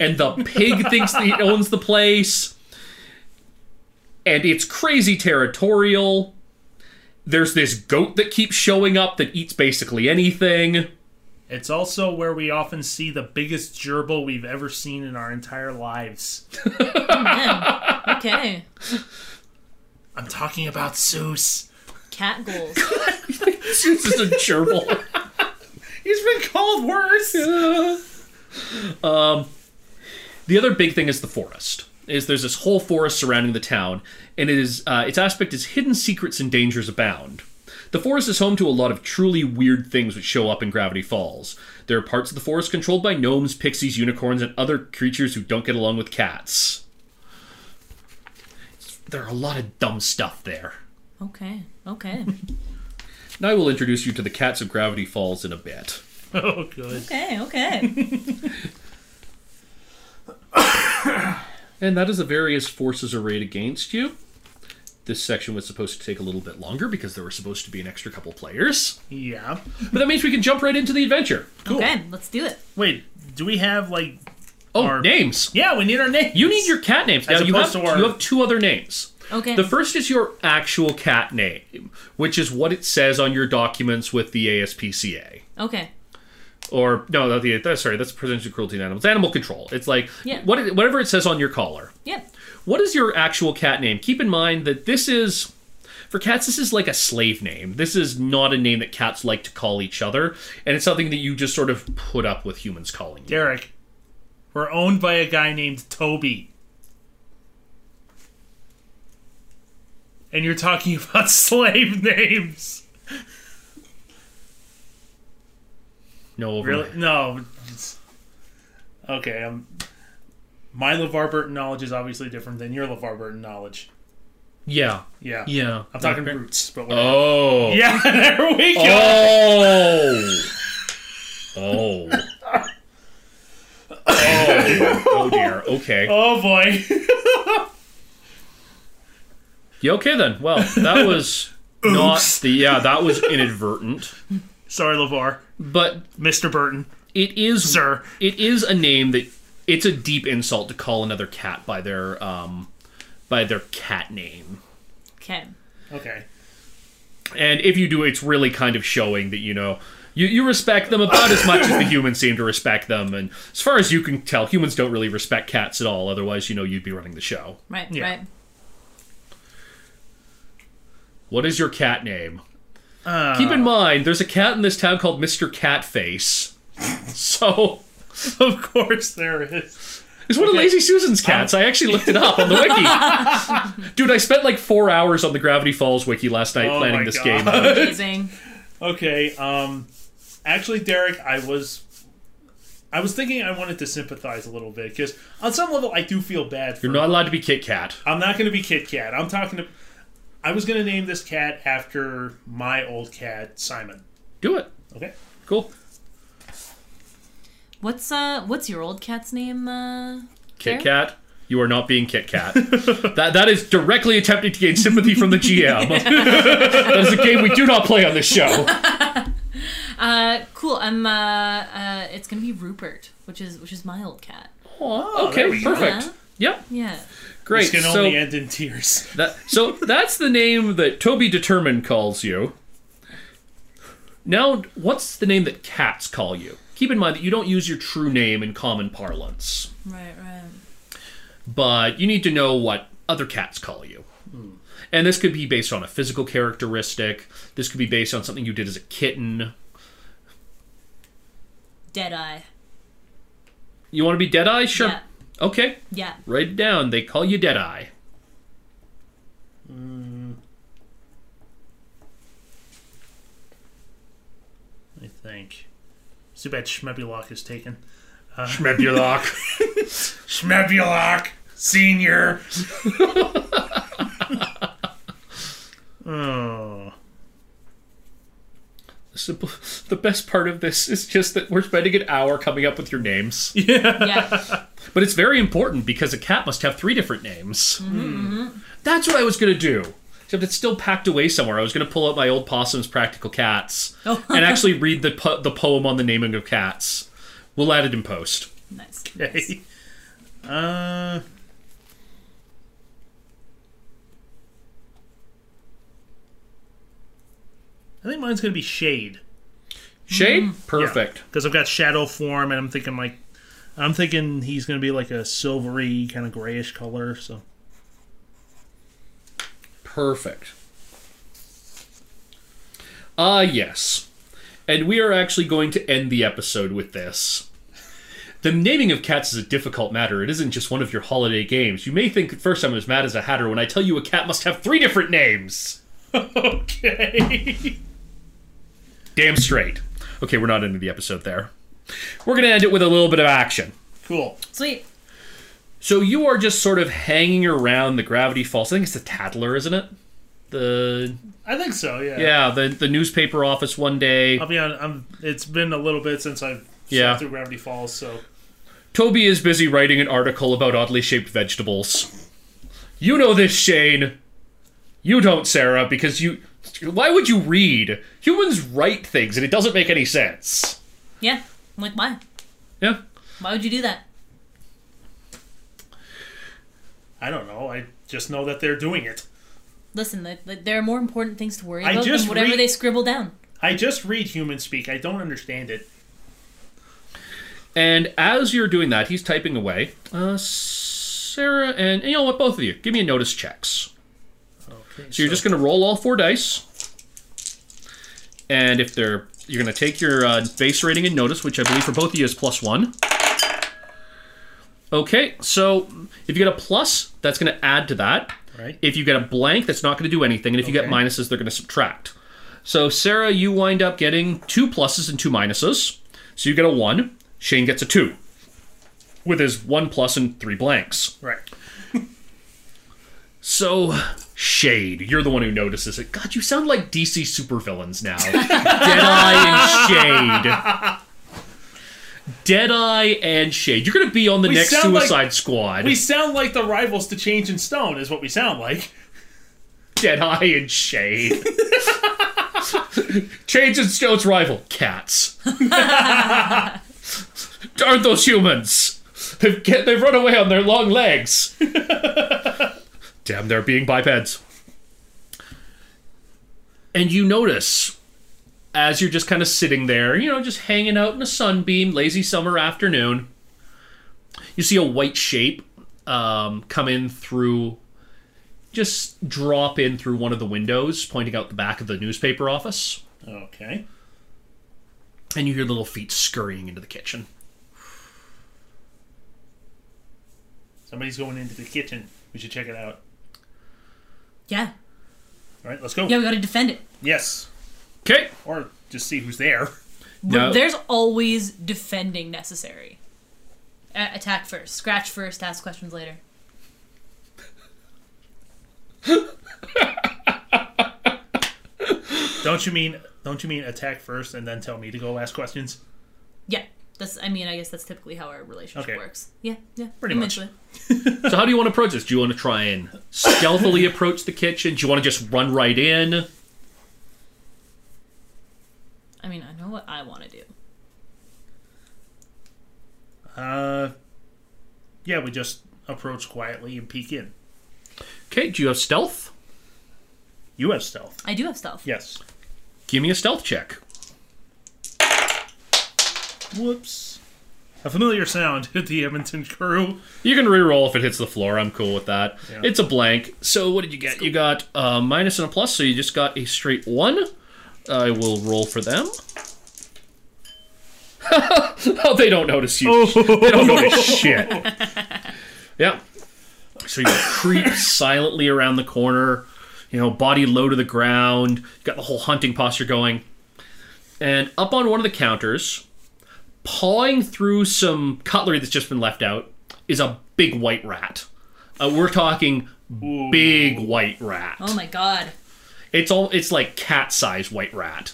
Speaker 2: and the pig thinks that he owns the place. And it's crazy territorial. There's this goat that keeps showing up that eats basically anything.
Speaker 3: it's also where we often see the biggest gerbil we've ever seen in our entire lives.
Speaker 4: Man. Okay.
Speaker 3: I'm talking about Seuss.
Speaker 4: Cat goals.
Speaker 2: This is a gerbil.
Speaker 3: He's been called worse.
Speaker 2: Um, The other big thing is the forest. Is there's this whole forest surrounding the town, and it is uh, its aspect is hidden secrets and dangers abound. The forest is home to a lot of truly weird things which show up in Gravity Falls. There are parts of the forest controlled by gnomes, pixies, unicorns, and other creatures who don't get along with cats. There are a lot of dumb stuff there.
Speaker 4: Okay. Okay.
Speaker 2: And I will introduce you to the cats of Gravity Falls in a bit.
Speaker 3: Oh, good.
Speaker 4: Okay. Okay.
Speaker 2: And that is the various forces arrayed against you. This section was supposed to take a little bit longer because there were supposed to be an extra couple players.
Speaker 3: Yeah.
Speaker 2: But that means we can jump right into the adventure.
Speaker 4: Okay. Let's do it.
Speaker 3: Wait, do we have like?
Speaker 2: Oh,
Speaker 3: Our-
Speaker 2: names.
Speaker 3: Yeah, we need our name.
Speaker 2: You need your cat names. Now
Speaker 3: As
Speaker 2: you have,
Speaker 3: opposed to our-
Speaker 2: you have two other names.
Speaker 4: Okay.
Speaker 2: The first is your actual cat name, which is what it says on your documents with the ASPCA.
Speaker 4: okay.
Speaker 2: Or no, not the that's- sorry, that's Prevention of Cruelty to Animals. Animal Control. It's like
Speaker 4: Yeah.
Speaker 2: what it, whatever it says on your collar.
Speaker 4: Yep.
Speaker 2: What is your actual cat name? Keep in mind that this is for cats. This is like a slave name. This is not a name that cats like to call each other, and it's something that you just sort of put up with humans calling you.
Speaker 3: Derek. We're owned by a guy named Toby. And you're talking about slave names.
Speaker 2: No, over
Speaker 3: Really? No. it's- Okay. Um, my LeVar Burton knowledge is obviously different than your LeVar Burton knowledge.
Speaker 2: Yeah.
Speaker 3: Yeah.
Speaker 2: Yeah.
Speaker 3: I'm talking roots, but whatever.
Speaker 2: Oh.
Speaker 3: Yeah, there we go.
Speaker 2: Oh. Oh. Oh. Oh dear. Okay.
Speaker 3: Oh boy.
Speaker 2: You okay then? Well, that was not the yeah, that was inadvertent.
Speaker 3: Sorry, LeVar.
Speaker 2: But
Speaker 3: Mr. Burton.
Speaker 2: it is
Speaker 3: Sir.
Speaker 2: it is a name that it's a deep insult to call another cat by their um by their cat name.
Speaker 4: Okay.
Speaker 3: Okay.
Speaker 2: And if you do, it's really kind of showing that you know you, you respect them about as much as the humans seem to respect them. And as far as you can tell, humans don't really respect cats at all. Otherwise, you know you'd be running the show.
Speaker 4: Right.
Speaker 3: Yeah.
Speaker 4: Right.
Speaker 2: What is your cat name? Keep in mind, there's a cat in this town called Mr. Catface. So
Speaker 3: Of course there is.
Speaker 2: it's one of Lazy Susan's cats.
Speaker 3: Oh.
Speaker 2: I actually looked it up on the wiki. Dude, I spent like four hours on the Gravity Falls wiki last night
Speaker 3: Oh
Speaker 2: planning
Speaker 3: my
Speaker 2: this
Speaker 3: God.
Speaker 2: game. out.
Speaker 4: Amazing.
Speaker 3: Okay. Um, actually, Derek, I was, I was thinking I wanted to sympathize a little bit because on some level I do feel bad. For,
Speaker 2: You're not allowed to be Kit Kat.
Speaker 3: I'm not going to be Kit Kat. I'm talking to. I was going to name this cat after my old cat Simon.
Speaker 2: Do it.
Speaker 3: Okay.
Speaker 2: Cool.
Speaker 4: What's uh what's your old cat's name? Uh
Speaker 2: Kit
Speaker 4: Fair?
Speaker 2: Kat, you are not being Kit Kat. that that is directly attempting to gain sympathy from the GM. that is a game we do not play on this show.
Speaker 4: uh cool. I'm uh uh it's going to be Rupert, which is which is my old cat.
Speaker 2: Oh,
Speaker 3: there
Speaker 2: okay,
Speaker 3: we go.
Speaker 2: perfect.
Speaker 4: Yeah.
Speaker 2: Yep,
Speaker 4: Yeah.
Speaker 2: great.
Speaker 3: This can
Speaker 2: So,
Speaker 3: only end in tears.
Speaker 2: that, so that's the name that Toby Determined calls you. Now, what's the name that cats call you? Keep in mind that you don't use your true name in common parlance,
Speaker 4: Right, right.
Speaker 2: but you need to know what other cats call you. And this could be based on a physical characteristic, this could be based on something you did as a kitten,
Speaker 4: Deadeye.
Speaker 2: You want to be Deadeye? Sure.
Speaker 4: Yeah.
Speaker 2: Okay.
Speaker 4: Yeah.
Speaker 2: Write it down. They call you Deadeye.
Speaker 3: I think. It's too bad Schmebulock is taken.
Speaker 2: Schmebulock.
Speaker 3: Schmebulock Senior. oh.
Speaker 2: Simple. The best part of this is just that we're spending an hour coming up with your names.
Speaker 4: Yeah.
Speaker 2: But it's very important because a cat must have three different names. That's what I was going to do. Except it's still packed away somewhere. I was going to pull up my old Possum's Practical Cats and actually read the, po- the poem on the naming of cats. We'll add it in post.
Speaker 4: nice.
Speaker 3: Okay. Uh. I think mine's gonna be shade
Speaker 2: Shade? Perfect.
Speaker 3: because I've got shadow form, and I'm thinking like, I'm thinking he's gonna be like a silvery kind of grayish color. So
Speaker 2: Perfect. Ah, yes. And we are actually going to end the episode with this. The naming of cats is a difficult matter. It isn't just one of your holiday games. You may think at first I'm as mad as a hatter when I tell you a cat must have three different names.
Speaker 3: okay,
Speaker 2: Damn straight. Okay, we're not ending the episode there. We're going to end it with a little bit of action.
Speaker 3: cool.
Speaker 4: Sweet.
Speaker 2: So you are just sort of hanging around the Gravity Falls. I think it's the Tattler, isn't it? The
Speaker 3: I think so. Yeah.
Speaker 2: yeah, the the newspaper office one day.
Speaker 3: I'll be on. I'm. It's been a little bit since I've
Speaker 2: Yeah.
Speaker 3: yeah. through Gravity Falls, so
Speaker 2: Toby is busy writing an article about oddly shaped vegetables. You know this, Shane. You don't, Sarah, because you. Why would you read? Humans write things and it doesn't make any sense.
Speaker 4: Yeah. I'm like why?
Speaker 2: Yeah?
Speaker 4: Why would you do that?
Speaker 3: I don't know. I just know that they're doing it.
Speaker 4: Listen, like, like, there are more important things to worry
Speaker 3: I
Speaker 4: about
Speaker 3: just
Speaker 4: than whatever
Speaker 3: re-
Speaker 4: they scribble down.
Speaker 3: I just read human speak. I don't understand it.
Speaker 2: And as you're doing that, he's typing away. Uh, Sarah and. You know what? Both of you, give me a notice checks.
Speaker 3: Okay,
Speaker 2: So you're just going to roll all four dice. And if they're. You're going to take your uh, base rating and notice, which I believe for both of you is plus one. Okay, so if you get a plus, that's going to add to that.
Speaker 3: right.
Speaker 2: If you get a blank, that's not going to do anything. And if you get
Speaker 3: Okay.
Speaker 2: minuses, they're going to subtract. So, Sarah, you wind up getting two pluses and two minuses. So you get a one. Shane gets a two with his one plus and three blanks.
Speaker 3: right.
Speaker 2: So, Shade, you're the one who notices it. God, you sound like DC supervillains now. Deadeye and Shade. Deadeye and Shade. You're going to be on the
Speaker 3: We
Speaker 2: next
Speaker 3: sound like-
Speaker 2: Suicide Squad.
Speaker 3: We sound like the rivals to Change in Stone is what we sound like.
Speaker 2: Deadeye and Shade. Change and Stone's rival, cats. Aren't those humans? They've, get, they've run away on their long legs. Damn, they're being bipeds. And you notice, as you're just kind of sitting there, you know, just hanging out in a sunbeam, lazy summer afternoon, you see a white shape um, come in through just drop in through one of the windows, pointing out the back of the newspaper office,
Speaker 3: Okay.
Speaker 2: and you hear little feet scurrying into the kitchen.
Speaker 3: Somebody's going into the kitchen. We should check it out.
Speaker 4: Yeah.
Speaker 3: All right, let's go.
Speaker 4: Yeah, we gotta defend it.
Speaker 3: Yes.
Speaker 2: Okay.
Speaker 3: Or just see who's there.
Speaker 2: No.
Speaker 4: There's always defending necessary. A- attack first, scratch first, ask questions later.
Speaker 3: Don't you mean? Don't you mean attack first and then tell me to go ask questions?
Speaker 4: Yeah, that's. I mean, I guess that's typically how our relationship
Speaker 3: Okay.
Speaker 4: works. Yeah, yeah.
Speaker 3: Pretty
Speaker 4: I'm
Speaker 3: much.
Speaker 4: into it.
Speaker 2: So how do you want to approach this? Do you want to try and stealthily approach the kitchen? Do you want to just run right in?
Speaker 4: I mean, I know what I want to do.
Speaker 3: Uh, yeah, we just approach quietly and peek in.
Speaker 2: Okay. Do you have stealth?
Speaker 3: You have stealth.
Speaker 4: I do have stealth.
Speaker 3: Yes.
Speaker 2: Give me a stealth check.
Speaker 3: Whoops. A familiar sound hit the Edmonton crew.
Speaker 2: You can re-roll if it hits the floor. I'm cool with that.
Speaker 3: Yeah.
Speaker 2: It's a blank. So what did you get? You got a minus and a plus, so you just got a straight one. I will roll for them. oh, they don't notice you. They don't notice shit. Yeah. So you creep silently around the corner, you know, body low to the ground. You got the whole hunting posture going. And up on one of the counters, pawing through some cutlery that's just been left out is a big white rat. Uh, we're talking big white rat.
Speaker 4: Oh my god.
Speaker 2: It's all it's like cat size white rat,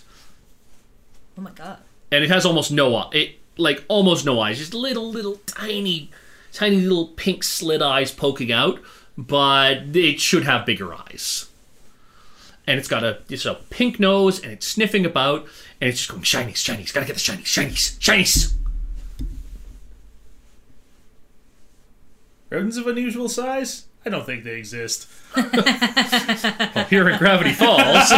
Speaker 4: Oh my god.
Speaker 2: and it has almost no eye. It like almost no eyes, just little little tiny, tiny little pink slit eyes poking out. But it should have bigger eyes. And it's got a it's a pink nose, and it's sniffing about, and it's just going shinies, shinies. Gotta get the shinies, shinies, shinies.
Speaker 3: Rodents of unusual size? I don't think they exist.
Speaker 2: Well, here in Gravity Falls.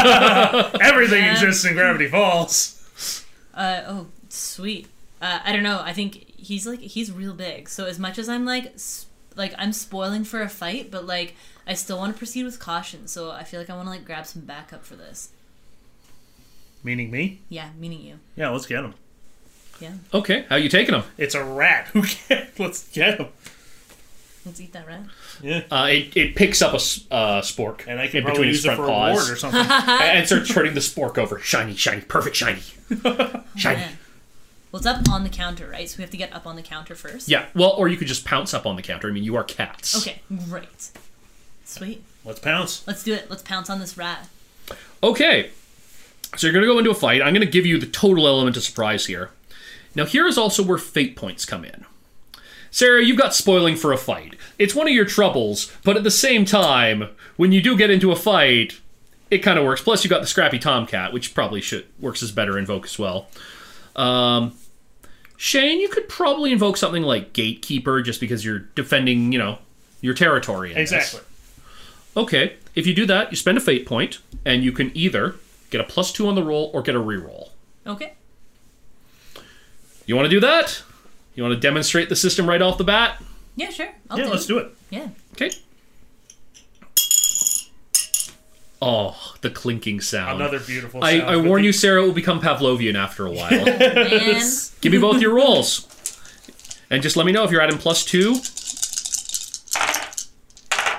Speaker 3: Everything exists in Gravity Falls.
Speaker 4: Uh, oh, sweet. Uh, I don't know. I think he's like he's real big. So as much as I'm like s like I'm spoiling for a fight, but like I still want to proceed with caution. So I feel like I want to like grab some backup for this.
Speaker 3: Meaning me?
Speaker 4: Yeah, meaning you.
Speaker 3: Yeah, let's get him.
Speaker 4: Yeah,
Speaker 2: okay, how you taking them?
Speaker 3: It's a rat. Who can Let's get him.
Speaker 4: let's eat that rat.
Speaker 2: Uh, it, it picks up a s- uh, spork
Speaker 3: And I can
Speaker 2: in between
Speaker 3: probably
Speaker 2: its
Speaker 3: use it
Speaker 2: front
Speaker 3: for a
Speaker 2: paws
Speaker 3: ward or something.
Speaker 2: and and starts turning the spork over. Shiny, shiny, perfect shiny. shiny.
Speaker 4: Man. Well, it's up on the counter, right? So we have to get up on the counter first.
Speaker 2: Yeah, well, or you could just pounce up on the counter. I mean, you are cats.
Speaker 4: Okay, great. Sweet.
Speaker 3: let's pounce.
Speaker 4: Let's do it. Let's pounce on this rat.
Speaker 2: Okay. So you're going to go into a fight. I'm going to give you the total element of surprise here. Now, here is also where fate points come in. Sarah, you've got spoiling for a fight. It's one of your troubles, but at the same time, when you do get into a fight, it kind of works. Plus, you've got the scrappy tomcat, which probably should works as better invoke as well. Um, Shane, you could probably invoke something like gatekeeper, just because you're defending, you know, your territory. in this.
Speaker 3: Exactly.
Speaker 2: Okay, if you do that, you spend a fate point, and you can either get a plus two on the roll or get a reroll.
Speaker 4: Okay.
Speaker 2: You want to do that? You want to demonstrate the system right off the bat?
Speaker 4: Yeah, sure. I'll
Speaker 3: Yeah,
Speaker 4: do
Speaker 3: let's
Speaker 4: it.
Speaker 3: do it.
Speaker 4: Yeah.
Speaker 2: Okay. Oh, the clinking sound.
Speaker 3: Another beautiful
Speaker 2: I,
Speaker 3: sound.
Speaker 2: I
Speaker 3: but
Speaker 2: warn
Speaker 3: the-
Speaker 2: you, Sarah it will become Pavlovian after a while.
Speaker 4: Man.
Speaker 2: Give me both your rolls. And just let me know if you're adding plus two.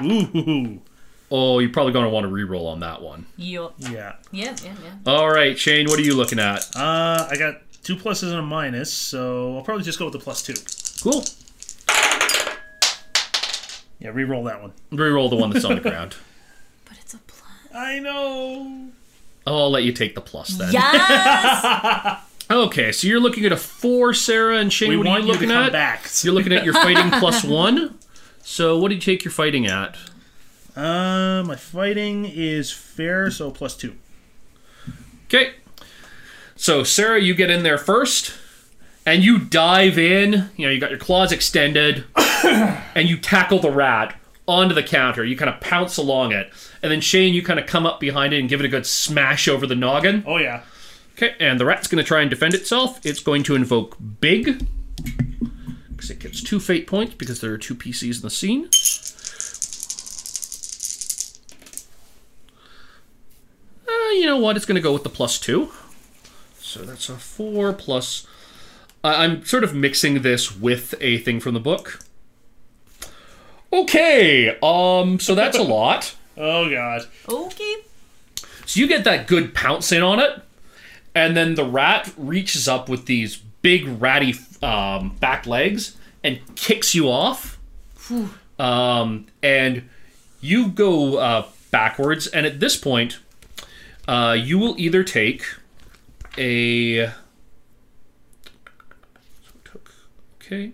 Speaker 3: Ooh.
Speaker 2: Oh, you're probably going to want to reroll on that one.
Speaker 4: Yup.
Speaker 3: Yeah.
Speaker 4: Yeah, yeah, yeah.
Speaker 2: All right, Shane, what are you looking at?
Speaker 3: Uh, I got two pluses and a minus, so I'll probably just go with the plus two.
Speaker 2: Cool.
Speaker 3: Yeah, re-roll that one.
Speaker 2: Reroll the one that's on the ground.
Speaker 4: But it's a plus.
Speaker 3: I know.
Speaker 2: Oh, I'll let you take the plus then.
Speaker 4: Yes!
Speaker 2: Okay, so you're looking at a four, Sarah and Shane.
Speaker 3: We
Speaker 2: what are
Speaker 3: want
Speaker 2: you
Speaker 3: you
Speaker 2: looking
Speaker 3: to come
Speaker 2: at?
Speaker 3: back.
Speaker 2: You're looking at your fighting plus one. So what did you take your fighting at?
Speaker 3: Uh, my fighting is fair, so plus two.
Speaker 2: Okay. So Sarah, you get in there first, and you dive in. You know, you got your claws extended, and you tackle the rat onto the counter. You kind of pounce along it, and then Shane, you kind of come up behind it and give it a good smash over the noggin.
Speaker 3: Oh yeah.
Speaker 2: Okay, and the rat's going to try and defend itself. It's going to invoke Big. Because it gets two fate points because there are two PCs in the scene. Uh, you know what? It's going to go with the plus two. So that's a four plus. I- I'm sort of mixing this with a thing from the book. Okay, um, so that's a lot.
Speaker 3: Oh god.
Speaker 4: Okay.
Speaker 2: So you get that good pounce in on it, and then the rat reaches up with these big ratty um, back legs and kicks you off. Um, and you go uh, backwards, and at this point, uh, you will either take a. Okay.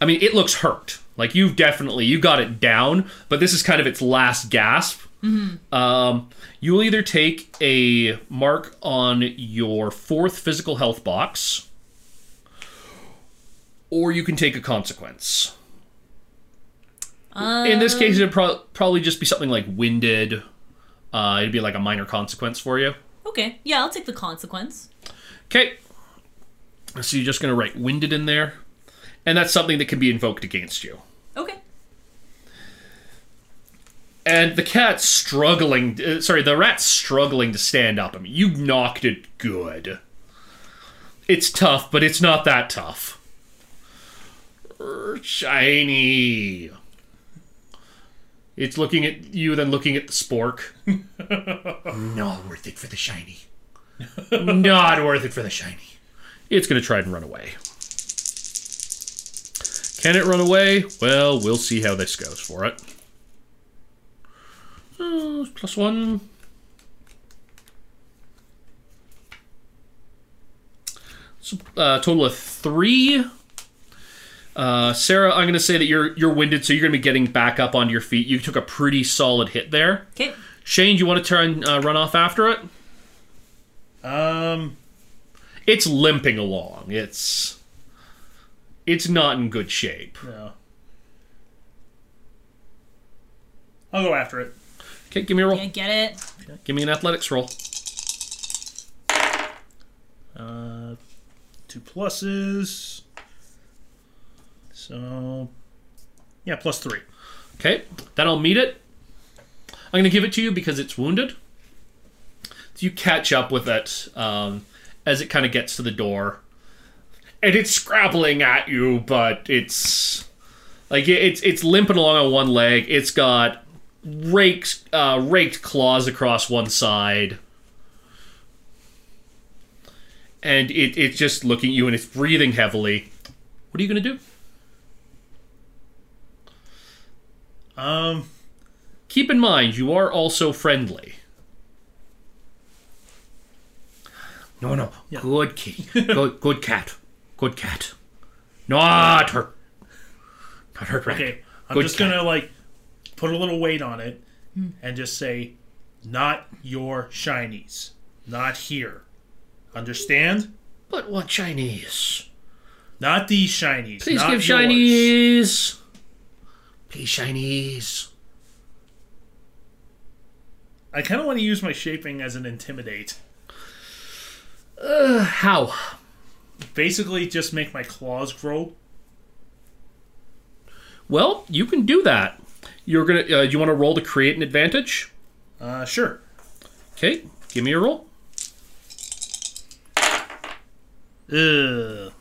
Speaker 2: I mean, it looks hurt. Like you've definitely you got it down, but this is kind of its last gasp. Um, you will either take a mark on your fourth physical health box, or you can take a consequence. In this case, it'd pro- probably just be something like winded. Uh, it'd be like a minor consequence for you.
Speaker 4: Okay. Yeah, I'll take the consequence.
Speaker 2: Okay. So you're just going to write winded in there. And that's something that can be invoked against you.
Speaker 4: Okay.
Speaker 2: And the cat's struggling. Uh, sorry, the rat's struggling to stand up. I mean, you knocked it good. It's tough, but it's not that tough. Er, Shiny. It's looking at you, then looking at the spork. Not worth it for the shiny. Not worth it for the shiny. It's going to try and run away. Can it run away? Well, we'll see how this goes for it. Uh, plus one. So, uh, total of three. Uh, Sarah, I'm going to say that you're you're winded, so you're going to be getting back up onto your feet. You took a pretty solid hit there.
Speaker 4: Okay.
Speaker 2: Shane, do you want to turn uh, run off after it?
Speaker 3: Um
Speaker 2: It's limping along. It's it's not in good shape.
Speaker 3: no. I'll go after it.
Speaker 2: Okay, give me a roll.
Speaker 4: Yeah, get it.
Speaker 2: Give me an athletics roll.
Speaker 3: Uh two pluses. So yeah, plus three.
Speaker 2: Okay, then I'll meet it. I'm going to give it to you because it's wounded. So you catch up with it um, as it kind of gets to the door. And it's scrabbling at you, but it's like it- it's it's limping along on one leg. It's got raked uh, raked claws across one side, and it, it's just looking at you and it's breathing heavily. What are you gonna do?
Speaker 3: Um
Speaker 2: Keep in mind, you are also friendly. No, no. Good kitty. good, good cat. Good cat. Not hurt. Not hurt, right?
Speaker 3: okay. I'm
Speaker 2: Good
Speaker 3: just
Speaker 2: cat.
Speaker 3: gonna like put a little weight on it
Speaker 2: Hmm.
Speaker 3: and just say not your shinies. Not here. Understand?
Speaker 2: But what Chinese?
Speaker 3: Not these shinies.
Speaker 2: Please
Speaker 3: not
Speaker 2: give
Speaker 3: yours.
Speaker 2: Chinese. Please, Chinese.
Speaker 3: I kind of want to use my shaping as an intimidate.
Speaker 2: How?
Speaker 3: Basically, just make my claws grow.
Speaker 2: Well, you can do that. You're gonna. Uh, you want to roll to create an advantage?
Speaker 3: Uh, sure.
Speaker 2: Okay, give me a roll.
Speaker 3: Ugh.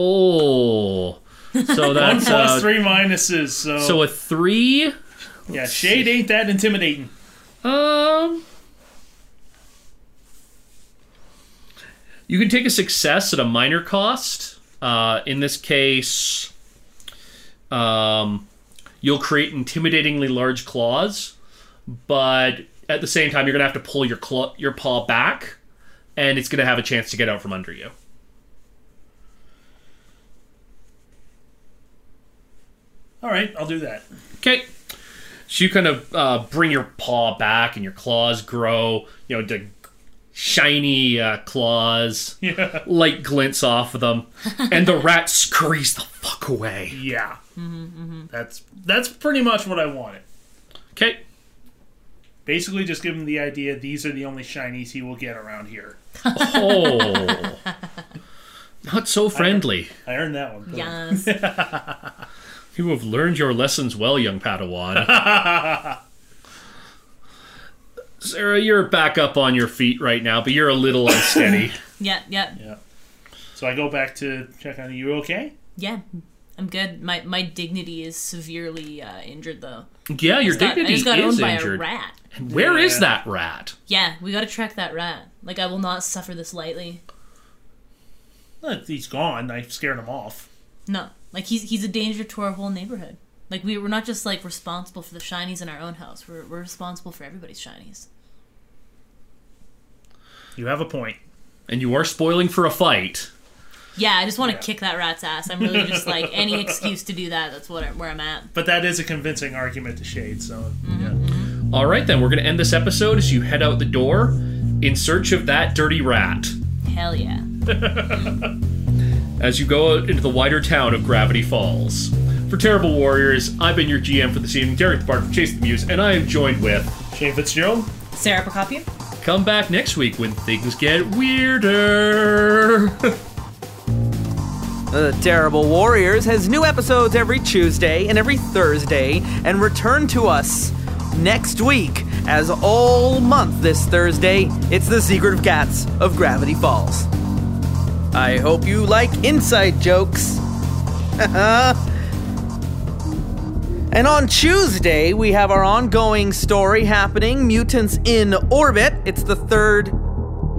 Speaker 2: Oh, so that's
Speaker 3: Plus
Speaker 2: uh,
Speaker 3: three minuses. So,
Speaker 2: so a three.
Speaker 3: yeah, shade ain't that intimidating.
Speaker 2: Um, you can take a success at a minor cost. Uh, in this case, um, you'll create intimidatingly large claws, but at the same time, you're gonna have to pull your claw, your paw back, and it's gonna have a chance to get out from under you.
Speaker 3: All right, I'll do that.
Speaker 2: Okay. So you kind of uh, bring your paw back and your claws grow, you know, the shiny uh, claws,
Speaker 3: Yeah.
Speaker 2: light glints off of them, and the rat scurries the fuck away.
Speaker 3: Yeah. That's that's pretty much what I wanted.
Speaker 2: Okay.
Speaker 3: Basically, just give him the idea these are the only shinies he will get around here.
Speaker 2: Oh. Not so friendly.
Speaker 3: I earned that one. bro.
Speaker 4: Yes.
Speaker 2: You have learned your lessons well, young Padawan. Sarah, you're back up on your feet right now, but you're a little unsteady.
Speaker 4: Yep, yep, yeah.
Speaker 3: So I go back to check on you. Okay?
Speaker 4: I'm good. My my dignity is severely uh, injured though.
Speaker 2: yeah, your
Speaker 4: I just got-
Speaker 2: dignity
Speaker 4: I just got
Speaker 2: is
Speaker 4: owned by
Speaker 2: injured.
Speaker 4: a rat.
Speaker 2: Where is
Speaker 3: Yeah.
Speaker 2: that rat?
Speaker 4: Yeah, we gotta track that rat. Like I will not suffer this lightly.
Speaker 3: Look, he's gone. I scared him off.
Speaker 4: No, like he's he's a danger to our whole neighborhood. Like we we're not just like responsible for the shinies in our own house. We're we're responsible for everybody's shinies.
Speaker 3: You have a point.
Speaker 2: And you are spoiling for a fight.
Speaker 4: Yeah, I just want to kick that rat's ass. I'm really just like any excuse to do that. That's what I, where I'm at.
Speaker 3: But that is a convincing argument to Shade, so.
Speaker 2: All right, then we're going to end this episode as you head out the door in search of that dirty rat.
Speaker 4: Hell yeah.
Speaker 2: as you go out into the wider town of Gravity Falls. For Terrible Warriors, I've been your GM for this evening, Derek the Bard from Chase the Muse, and I am joined with.
Speaker 3: Shane Fitzgerald?
Speaker 4: Sarah Procopian.
Speaker 2: Come back next week when things get weirder.
Speaker 1: The Terrible Warriors has new episodes every Tuesday and every Thursday, and return to us next week as all month this Thursday. It's The Secret of Cats of Gravity Falls. I hope you like inside jokes. And on Tuesday, we have our ongoing story happening Mutants in Orbit. It's the third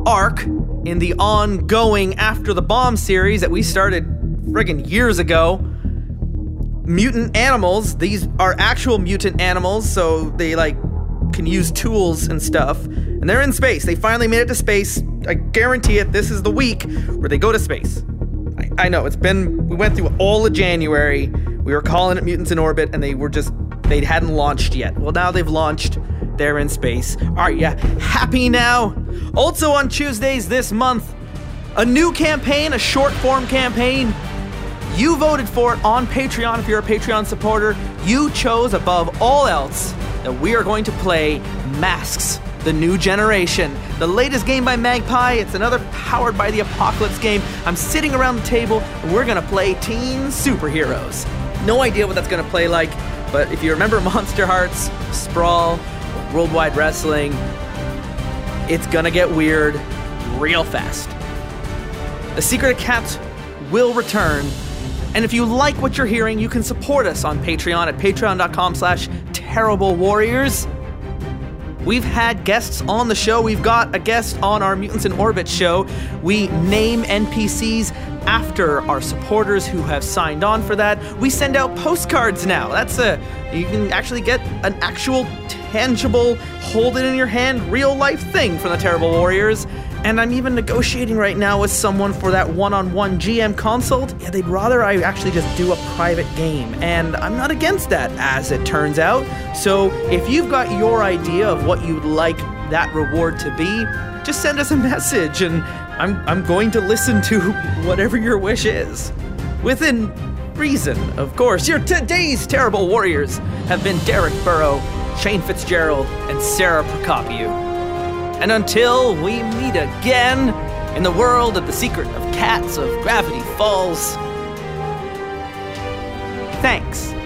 Speaker 1: arc in the ongoing After the Bomb series that we started friggin' years ago. Mutant animals, these are actual mutant animals, so they like can use tools and stuff. And they're in space. They finally made it to space. I guarantee it, this is the week where they go to space. I, I know, it's been we went through all of January. We were calling it mutants in orbit and they were just they hadn't launched yet. Well now they've launched. They're in space. Are ya happy now? Also on Tuesdays this month, a new campaign, a short form campaign. You voted for it on Patreon if you're a Patreon supporter. You chose above all else that we are going to play Masks, the new generation. The latest game by Magpie, it's another powered by the apocalypse game. I'm sitting around the table and we're gonna play teen superheroes. No idea what that's gonna play like, but if you remember Monster Hearts, Sprawl, Worldwide Wrestling, it's gonna get weird real fast. The Secret of Cats will return. And if you like what you're hearing, you can support us on Patreon at patreon.com slash terrible warriors. We've had guests on the show. We've got a guest on our Mutants in Orbit show. We name NPCs after our supporters who have signed on for that. We send out postcards now. That's a you can actually get an actual tangible hold it in your hand real life thing from the Terrible Warriors. And I'm even negotiating right now with someone for that one-on-one GM consult. Yeah, they'd rather I actually just do a private game, and I'm not against that, as it turns out. So if you've got your idea of what you'd like that reward to be, just send us a message, and I'm I'm going to listen to whatever your wish is, within reason, of course. Your today's terrible warriors have been Derek Burrow, Shane Fitzgerald, and Sarah Procopiou. And until we meet again in the world of the secret of cats of Gravity Falls, thanks